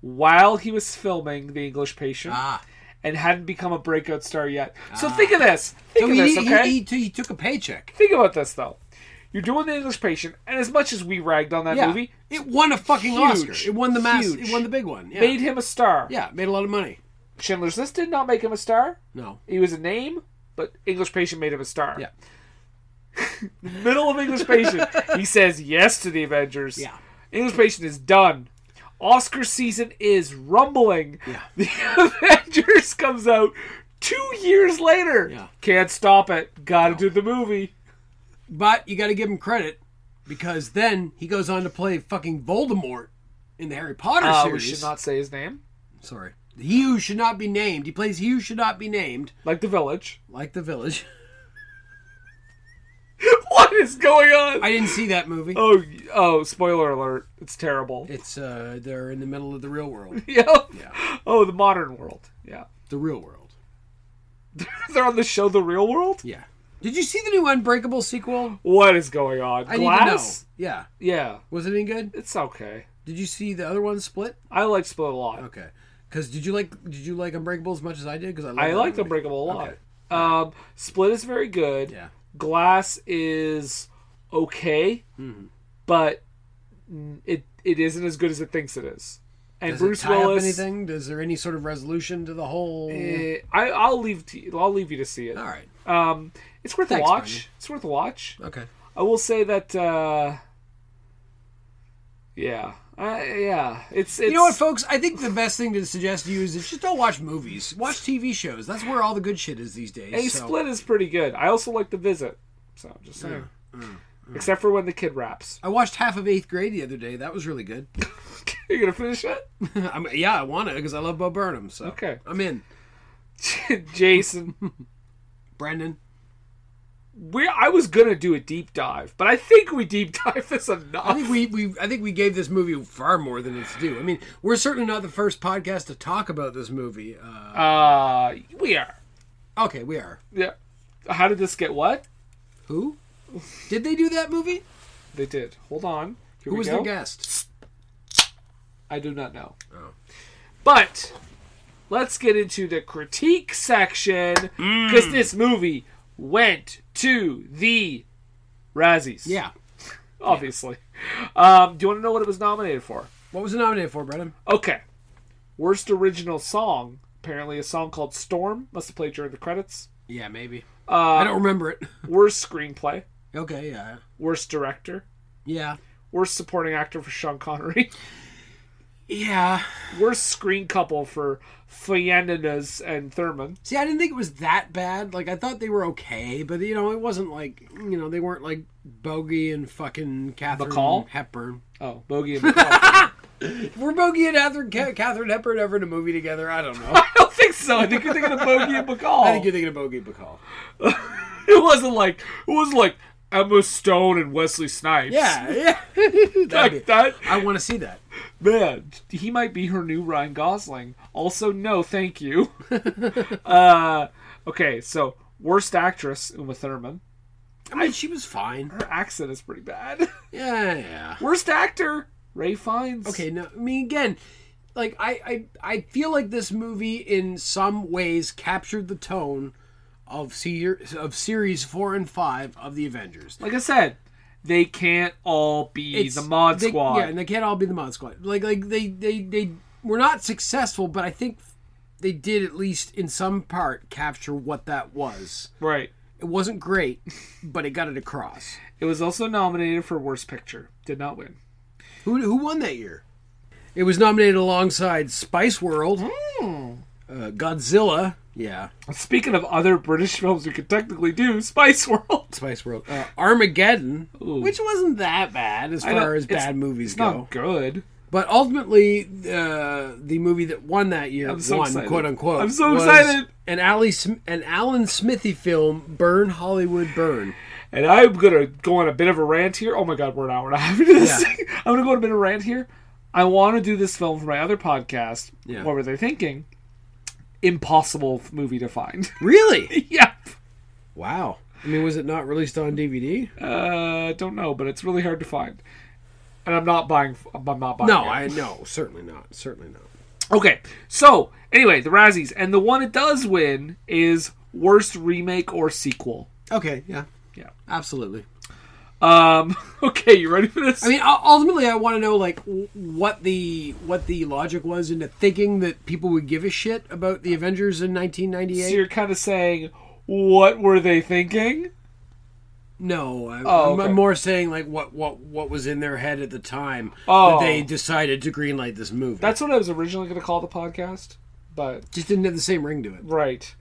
S2: while he was filming The English Patient.
S1: Ah.
S2: And hadn't become a breakout star yet. So think of this. Think
S1: So
S2: of
S1: he,
S2: this,
S1: he-
S2: okay?
S1: he- he- he took a paycheck.
S2: Think about this though. You're doing the English Patient, and as much as we ragged on that
S1: Yeah.
S2: movie,
S1: It won a fucking
S2: Huge.
S1: Oscar. It won the mass.
S2: Huge.
S1: It won the big one. Yeah.
S2: made him a star.
S1: yeah, made a lot of money.
S2: Schindler's List did not make him a star.
S1: No.
S2: He was a name, but English Patient made him a star.
S1: Yeah.
S2: Middle of English Patient, he says yes to the Avengers.
S1: Yeah.
S2: English Patient is done. Oscar season is rumbling. Yeah. The Avengers comes out two years later.
S1: Yeah.
S2: Can't stop it. Gotta do the movie.
S1: But you got to give him credit because then he goes on to play fucking Voldemort in the Harry Potter
S2: Uh, we
S1: series.
S2: should not say his name.
S1: Sorry. He who should not be named. He plays he who should not be named,
S2: Like the village.
S1: like the village.
S2: what is going on?
S1: I didn't see that movie.
S2: Oh, oh! Spoiler alert! It's terrible.
S1: It's uh, they're in the middle of the real world.
S2: Yep. Oh, the modern world. Yeah.
S1: The real world.
S2: They're on the show The Real World?
S1: Yeah. Did you see the new Unbreakable sequel?
S2: What is going on?
S1: I
S2: Glass?
S1: need to know. Yeah.
S2: Yeah.
S1: Was it any good?
S2: It's okay.
S1: Did you see the other one, Split?
S2: I like Split a lot.
S1: Okay. Because did you like did you like Unbreakable as much as I did? Because I, love
S2: I
S1: that
S2: like
S1: movie.
S2: Unbreakable a lot.
S1: Okay.
S2: Um, Split is very good.
S1: Yeah.
S2: Glass is okay,
S1: Mm-hmm.
S2: but mm, it it isn't as good as it thinks it is. And
S1: Does
S2: Bruce
S1: it tie up
S2: Willis.
S1: anything? Is there any sort of resolution to the whole?
S2: eh, I, I'll leave. To, you- I'll leave you to see it.
S1: All right.
S2: Um, it's worth
S1: Thanks,
S2: a watch.
S1: Brian.
S2: It's worth a watch.
S1: Okay.
S2: I will say that. uh Yeah, I, yeah. It's, it's
S1: You know what, folks? I think the best thing to suggest to you is just don't watch movies. Watch TV shows. That's where all the good shit is these days.
S2: A
S1: so-
S2: split is pretty good. I also like the visit. So I'm just saying. Except for when the kid raps.
S1: I watched half of Eighth Grade the other day. That was really good.
S2: Are you gonna finish it?
S1: I'm, yeah, I want it because I love Bo Burnham. So
S2: Okay.
S1: I'm in.
S2: Jason.
S1: Brendan,
S2: We I was gonna do a deep dive, but I think we deep dive this enough.
S1: I think we, we I think we gave this movie far more than it's due. I mean, we're certainly not the first podcast to talk about this movie. Uh,
S2: uh we are.
S1: okay, we are.
S2: Yeah. How did this get what?
S1: Who? Did they do that movie?
S2: They did. Hold on. Here
S1: Who
S2: we
S1: was
S2: go.
S1: the guest?
S2: I do not know.
S1: Oh.
S2: But let's get into the critique section because
S1: Mm.
S2: this movie went to the Razzies.
S1: Yeah.
S2: obviously. Um, do you want to know what it was nominated for?
S1: What was it nominated for, Brendan?
S2: Okay. Worst original song. Apparently, a song called Storm must have played during the credits.
S1: Yeah, maybe.
S2: Uh,
S1: I don't remember it.
S2: Worst screenplay.
S1: okay, yeah.
S2: Worst director.
S1: Yeah.
S2: Worst supporting actor for Sean Connery.
S1: Yeah.
S2: Worst screen couple for Fiannas and Thurman.
S1: See, I didn't think it was that bad. Like, I thought they were okay, but, you know, it wasn't like, you know, they weren't like Bogey and fucking Catherine
S2: McCall?
S1: Hepburn.
S2: Oh, Bogey and McCall.
S1: Were Bogey and Catherine, Ca- Catherine Hepburn ever in a movie together? I don't know.
S2: I don't think so. I think you're thinking of Bogey and McCall.
S1: I think you're thinking of Bogey and Bacall.
S2: it wasn't like it was like Emma Stone and Wesley Snipes.
S1: Yeah, yeah. That'd
S2: like
S1: be-
S2: that.
S1: I want to see that.
S2: Man, he might be her new Ryan Gosling. Also, no, thank you. uh, okay, so worst actress Uma Thurman.
S1: I mean, she was fine.
S2: Her accent is pretty bad.
S1: Yeah, yeah.
S2: worst actor Ray Fiennes.
S1: Okay, no, I mean again, like I, I I feel like this movie in some ways captured the tone of ser- of series four and five of the Avengers.
S2: like I said, they can't all be
S1: It's-
S2: the Mod
S1: they-
S2: Squad.
S1: yeah, and they can't all be the mod squad. Like like they they they were not successful, but I think they did at least in some part capture what that was.
S2: Right.
S1: It wasn't great, but it got it across.
S2: It was also nominated for Worst Picture. Did not win.
S1: Who who won that year? It was nominated alongside Spice World,
S2: Hmm.
S1: uh, Godzilla. Yeah,
S2: Speaking of other British films we could technically do, Spice World.
S1: Spice World. Uh, Armageddon, which wasn't that bad as
S2: I know,
S1: far as
S2: it's-
S1: bad movies
S2: It's
S1: go.
S2: not good.
S1: But ultimately, uh, the movie that won that year,
S2: I'm so
S1: won,
S2: excited.
S1: quote unquote,
S2: I'm so
S1: was
S2: excited.
S1: An Ali, Sm- an Alan Smithy film, Burn Hollywood Burn.
S2: And I'm gonna go on a bit of a rant here. Oh my god, we're an hour and a half into this thing. I'm gonna go on a bit of a rant here. I want to do this film for my other podcast.
S1: Yeah.
S2: What were they thinking? Impossible f- movie to find.
S1: Really?
S2: yep.
S1: wow. I mean, was it not released on DVD?
S2: Uh, don't know, but it's really hard to find. And I'm not buying. I'm not buying.
S1: No,
S2: it.
S1: I no, certainly not, certainly not.
S2: Okay, so anyway, the Razzies, and the one it does win is worst remake or sequel.
S1: Okay, yeah,
S2: Yeah.
S1: absolutely.
S2: Um. Okay, you ready for this?
S1: I mean, u- ultimately, I want to know like w- what the what the logic was into thinking that people would give a shit about the Avengers in
S2: so
S1: 1998.
S2: you're kind of saying, what were they thinking?
S1: No, I,
S2: Oh,
S1: I'm,
S2: okay.
S1: I'm more saying like what what what was in their head at the time
S2: Oh.
S1: that they decided to greenlight this movie.
S2: That's what I was originally going to call the podcast, but
S1: just didn't have the same ring to it.
S2: right.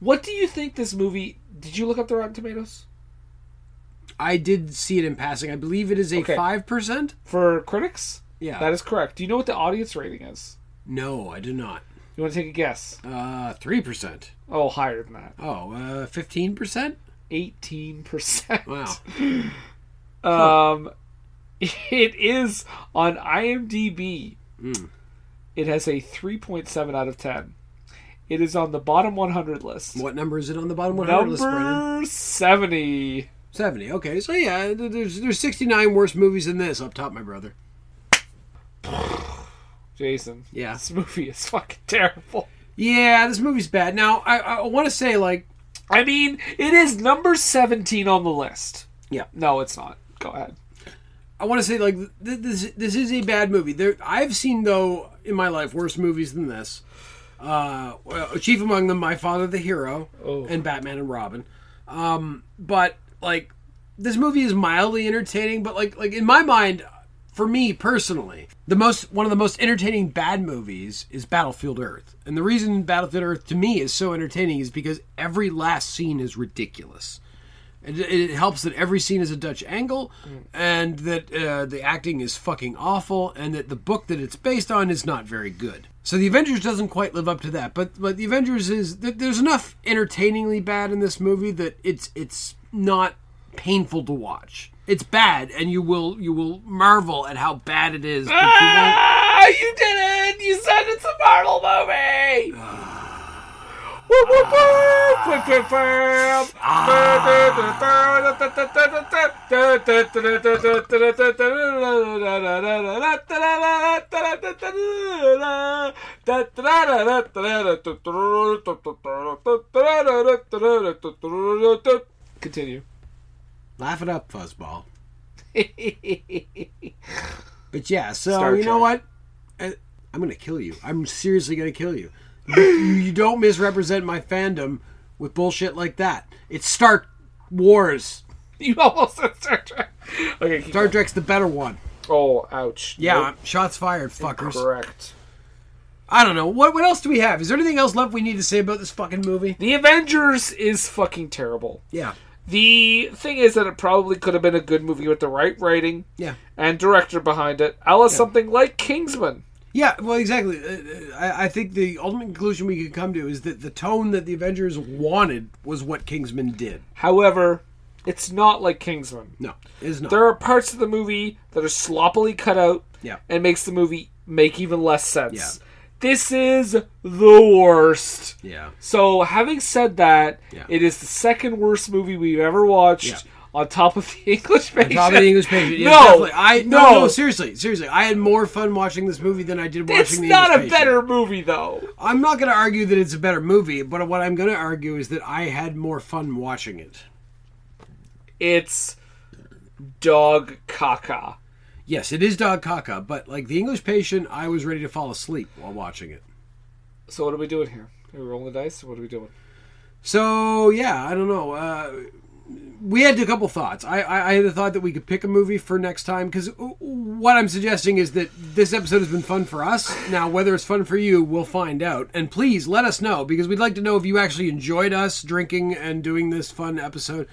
S2: What do you think this movie? Did you look up the Rotten Tomatoes
S1: I did see it in passing. I believe it is a
S2: Okay.
S1: five percent.
S2: for critics?
S1: Yeah.
S2: that is correct. Do you know what the audience rating is?
S1: No, I do not.
S2: You want to take a guess?
S1: Uh, three percent.
S2: Oh, higher than that.
S1: Oh, fifteen percent.
S2: Eighteen percent.
S1: Wow.
S2: Um, it is on IMDb.
S1: Hmm.
S2: It has a 3.7 out of 10. It is on the bottom 100 list.
S1: What number is it on the bottom one hundred list? Brennan?
S2: Number 70.
S1: Seventy. Okay, so yeah, th- there's there's sixty nine worse movies than this up top, my brother.
S2: Jason.
S1: Yeah.
S2: This movie is fucking terrible.
S1: Yeah, this movie's bad. Now I I want to say like
S2: I mean, it is number 17 on the list.
S1: Yeah.
S2: No, it's not. Go ahead.
S1: I want to say like th- th- this this is a bad movie. There I've seen though in my life worse movies than this. Uh, well, chief among them, My Father the Hero and Batman and Robin. Um, but like this movie is mildly entertaining, but like like in my mind, for me personally, the most one of the most entertaining bad movies is Battlefield Earth, and the reason Battlefield Earth to me is so entertaining is because every last scene is ridiculous. It, it helps that every scene is a Dutch angle, and that uh, the acting is fucking awful, and that the book that it's based on is not very good. So the Avengers doesn't quite live up to that, but but the Avengers is th- there's enough entertainingly bad in this movie that it's it's not painful to watch. It's bad, and you will you will marvel at how bad it is. but you won't-
S2: Ah, you did it! You said it's a Marvel movie! Whoop, whoop, whoop! Whip, whip, whip! Continue.
S1: Laugh it up, fuzzball. but yeah, so
S2: Star
S1: you know what?
S2: Trek.
S1: I, I'm gonna kill you. I'm seriously gonna kill you. You, you don't misrepresent my fandom with bullshit like that. It's Star Wars.
S2: You almost said Star Trek. Okay, keep
S1: Star Trek's the better one.
S2: Oh, ouch.
S1: Yeah, shots fired, fuckers.
S2: Correct.
S1: I don't know. What what else do we have? Is there anything else left we need to say about this fucking movie?
S2: The Avengers is fucking terrible.
S1: Yeah.
S2: The thing is that it probably could have been a good movie with the right writing
S1: Yeah.
S2: and director behind it, a la something like Kingsman.
S1: Yeah, well, exactly. Uh, uh, I, I think the ultimate conclusion we could come to is that the tone that the Avengers wanted was what Kingsman did.
S2: However, it's not like Kingsman.
S1: No, it is not.
S2: There are parts of the movie that are sloppily cut out
S1: Yeah.
S2: and makes the movie make even less sense.
S1: Yeah.
S2: This is the worst.
S1: yeah.
S2: So, having said that,
S1: Yeah.
S2: it is the second worst movie we've ever watched. On top of the English patient.
S1: Probably the English Patient. Yeah,
S2: no,
S1: definitely. I no, no, seriously, seriously. I had more fun watching this movie than I did watching
S2: It's
S1: the
S2: not a
S1: English Patient.
S2: better movie though.
S1: I'm not going to argue that it's a better movie, but what I'm going to argue is that I had more fun watching it.
S2: It's dog caca.
S1: Yes, it is dog caca, but like the English Patient, I was ready to fall asleep while watching it.
S2: So what are we doing here? Are we rolling the dice? What are we doing?
S1: So yeah, I don't know. Uh, we had a couple thoughts. I, I, I had the thought that we could pick a movie for next time because what I'm suggesting is that this episode has been fun for us. Now, whether it's fun for you, we'll find out. And please let us know because we'd like to know if you actually enjoyed us drinking and doing this fun episode.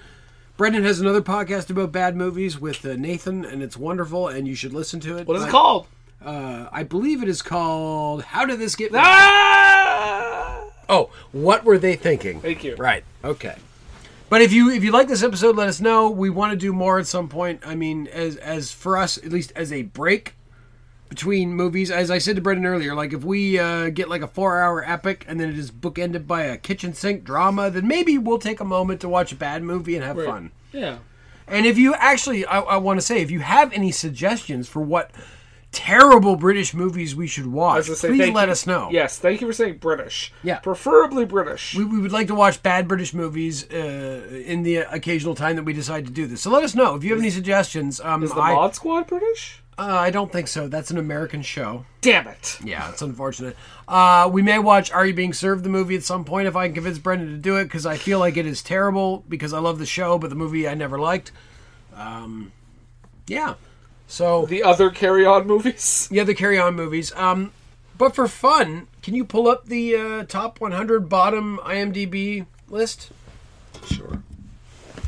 S1: Brendan has another podcast about bad movies with uh, Nathan, and it's wonderful, and you should listen to it.
S2: What is it
S1: But,
S2: called?
S1: Uh, I believe it is called "How Did This Get?" Made?
S2: Ah!
S1: Oh, what were they thinking?
S2: Thank you.
S1: Right. Okay. But if you if you like this episode, let us know. We want to do more at some point. I mean, as as for us, at least as a break between movies, as I said to Brendan earlier, like if we uh, get like a four hour epic and then it is bookended by a kitchen sink drama, then maybe we'll take a moment to watch a bad movie and have fun.
S2: Yeah.
S1: And if you actually, I, I want to say, if you have any suggestions for what terrible British movies we should watch,
S2: was gonna say,
S1: please
S2: thank
S1: let
S2: you-
S1: us know.
S2: Yes, thank you for saying British.
S1: Yeah.
S2: Preferably British.
S1: We, we would like to watch bad British movies uh, in the occasional time that we decide to do this. So let us know if you have any suggestions. Um,
S2: is the
S1: I, uh,
S2: Mod Squad British?
S1: I don't think so. That's an American show.
S2: Damn it.
S1: Yeah, it's unfortunate. Uh, we may watch Are You Being Served the movie at some point if I can convince Brendan to do it because I feel like it is terrible because I love the show, but the movie I never liked. Um, yeah. So
S2: The other Carry On movies.
S1: the other Carry On movies. Um, but for fun, can you pull up the uh, top 100 bottom IMDb list?
S2: Sure.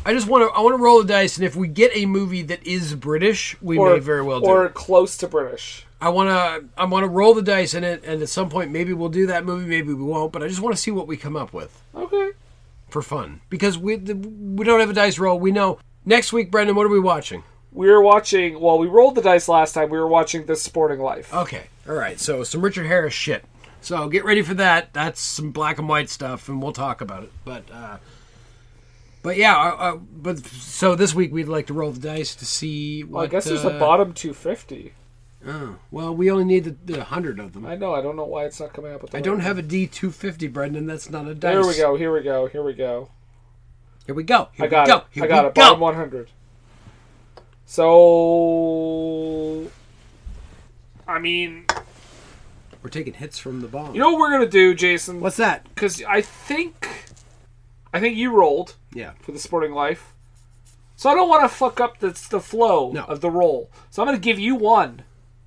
S1: I just want to. I want to roll the dice, and if we get a movie that is British, we may very well do.
S2: Or
S1: it.
S2: close to British.
S1: I want to. I want to roll the dice in it, and at some point, maybe we'll do that movie, maybe we won't. But I just want to see what we come up with
S2: Okay.
S1: for fun, because we the, we don't have a dice roll. We know next week, Brendan. What are we watching?
S2: We were watching. Well, we rolled the dice last time. We were watching This Sporting Life.
S1: Okay, all right. So some Richard Harris shit. So get ready for that. That's some black and white stuff, and we'll talk about it. But uh, but yeah. Uh, uh, but so this week we'd like to roll the dice to see. What,
S2: well, I guess there's
S1: uh,
S2: the bottom 250.
S1: Oh, well, we only need the, the 100 of them. I,
S2: I know. I don't know why it's not coming up with. The right
S1: don't
S2: one.
S1: have a D250, Brendan. That's not a dice.
S2: Here we go. Here we go. Here we go.
S1: Here we go. Here
S2: I got
S1: we go.
S2: it.
S1: Here
S2: I got
S1: we
S2: it.
S1: go.
S2: Bottom 100. So, I mean,
S1: We're taking hits from the bomb.
S2: you know what we're gonna do, Jason?
S1: What's that?
S2: Because I think, I think you rolled
S1: Yeah.
S2: for the Sporting Life, so I don't want to fuck up the the flow
S1: No.
S2: of the roll. So I'm gonna give you one.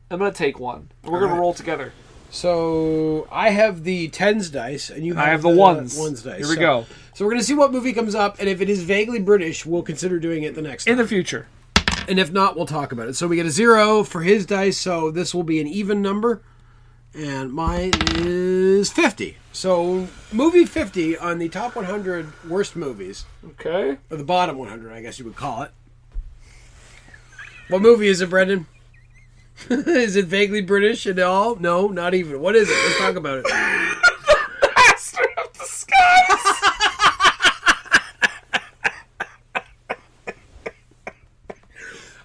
S2: I'm gonna take one. and We're gonna
S1: Alright.
S2: roll together.
S1: So I have the tens dice, and you have
S2: I have the ones.
S1: ones dice.
S2: Here we
S1: So-
S2: go.
S1: So we're gonna see what movie comes up, and if it is vaguely British, we'll consider doing it the next.
S2: In
S1: time.
S2: the future,
S1: and if not, we'll talk about it. So we get a zero for his dice, so this will be an even number. And mine is 50. So, movie 50 on the top 100 worst movies,
S2: okay.
S1: or the bottom 100, I guess you would call it. What movie is it, Brendan? is it vaguely British at all? No, not even. What is it? Let's talk about it.
S2: Master of disguise.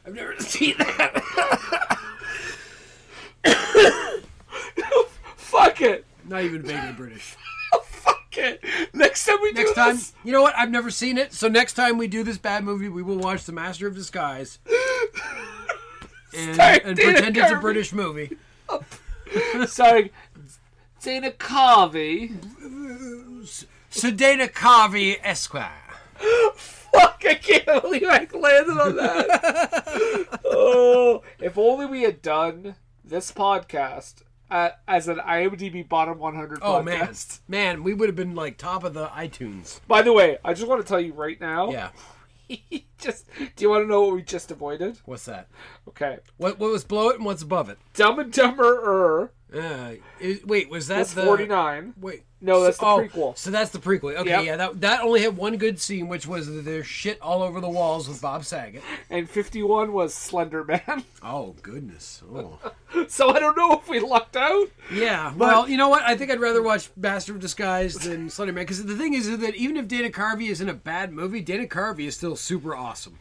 S1: I've never seen that.
S2: Fuck it.
S1: Not even vaguely British.
S2: Fuck it. Next time we
S1: Next
S2: do
S1: time,
S2: this,
S1: you know what? I've never seen it. So next time we do this bad movie, we will watch The Master of Disguise and,
S2: Sorry,
S1: and
S2: Dana
S1: pretend it's a
S2: Carvey.
S1: British movie.
S2: starring Dana Carvey.
S1: Sedana Carvey Esquire.
S2: Fuck, I can't believe I landed on that. oh, if only we had done this podcast uh, as an IMDb Bottom 100
S1: Oh man,
S2: podcast.
S1: man, we would have been like top of the iTunes.
S2: By the way, I just want to tell you right now.
S1: Yeah,
S2: just Do you want to know what we just avoided?
S1: what's that?
S2: Okay.
S1: What what was below it and what's above it?
S2: Dumb and Dumber Er
S1: Uh, it- wait, was that
S2: was
S1: the
S2: 49.
S1: Wait,
S2: No, that's the
S1: oh,
S2: prequel.
S1: So that's the prequel. Okay,
S2: Yep.
S1: yeah, that that only had one good scene, which was that there's shit all over the walls with Bob Saget.
S2: And 51 was Slender Man.
S1: Oh goodness. Oh.
S2: so I don't know if we lucked out.
S1: Yeah, well, you know what? I think I'd rather watch Master of Disguise than Slender Man because the thing is, is that even if Dana Carvey is in a bad movie, Dana Carvey is still super awesome.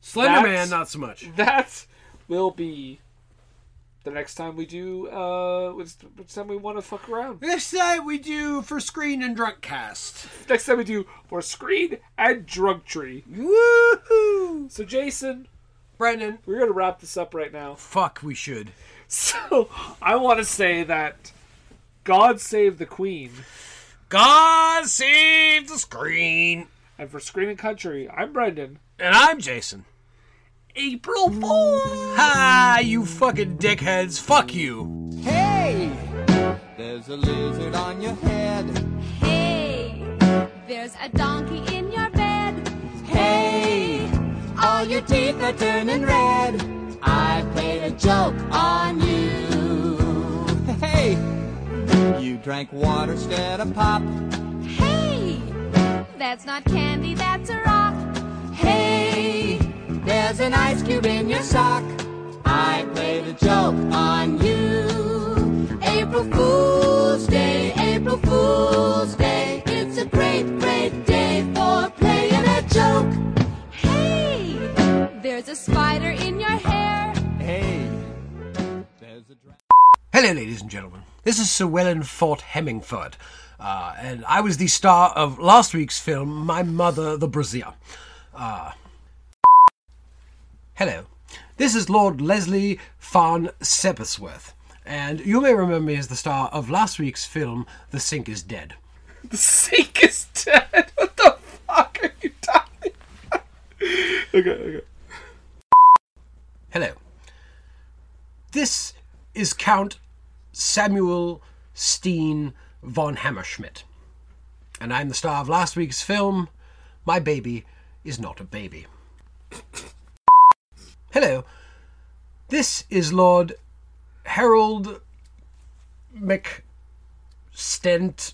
S1: Slender Man,
S2: That's-
S1: not so much.
S2: that will be the next time we do uh which, which time we want to fuck around
S1: This time we do for Screen and Drunk Cast.
S2: next time we do for screen and drug tree
S1: Woohoo!
S2: so jason
S1: Brendan,
S2: we're gonna wrap this up right now
S1: fuck, we should.
S2: so i want to say that God Save the Queen.
S1: God save the screen.
S2: And for Screen and Country, I'm Brendan.
S1: And I'm Jason.
S2: April Fool!
S1: Ha, you fucking dickheads. Fuck you.
S9: Hey! There's a lizard on your head.
S10: Hey, there's a donkey in your bed.
S9: Hey! All your teeth are turning red. I played a joke on you. Hey! You drank water instead of pop.
S10: Hey, that's not candy, that's a rock.
S9: Hey! There's an ice cube in your sock. I played a joke on you. April Fool's Day, April Fool's Day. It's a great, great day for playing a joke.
S10: Hey, there's a spider in your hair.
S9: Hey! There's a dra-
S1: Hello, ladies and gentlemen. This is Llewellyn Fort Hemingford, uh, and I was the star of last week's film, My Mother the Brazier. Uh, hello. This is Lord Leslie Farn Sebasworth, and you may remember me as the star of last week's film, The Sink is Dead.
S2: The sink is dead. What the fuck are you talking about? okay, okay.
S1: Hello. This is Count Samuel Steen von Hammerschmidt. And I'm the star of last week's film, My Baby is Not a Baby. Hello. This is Lord Harold McStent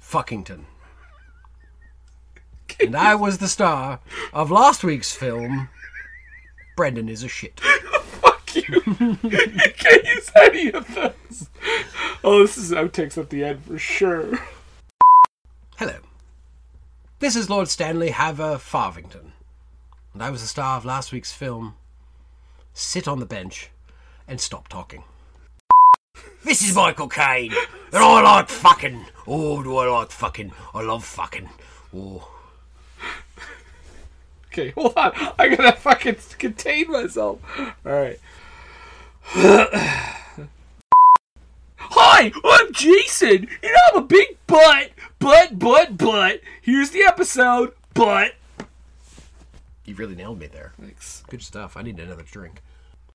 S1: Fuckington. And I was the star of last week's film, Brendan is a Shit.
S2: Fuck you. you can't use any of those. Oh, this is outtakes at the end for sure.
S1: Hello. This is Lord Stanley Haver Farvington, and I was the star of last week's film Sit on the Bench and Stop Talking. This is Michael Caine, and I like fucking. Oh, do I like fucking? I love fucking. Oh.
S2: Okay, hold on. I gotta fucking contain myself. Alright. Hi, I'm Jason, and I'm a big butt. But, but, but. Here's the episode. But.
S1: You really nailed me there.
S2: Thanks.
S1: Good stuff. I need another drink.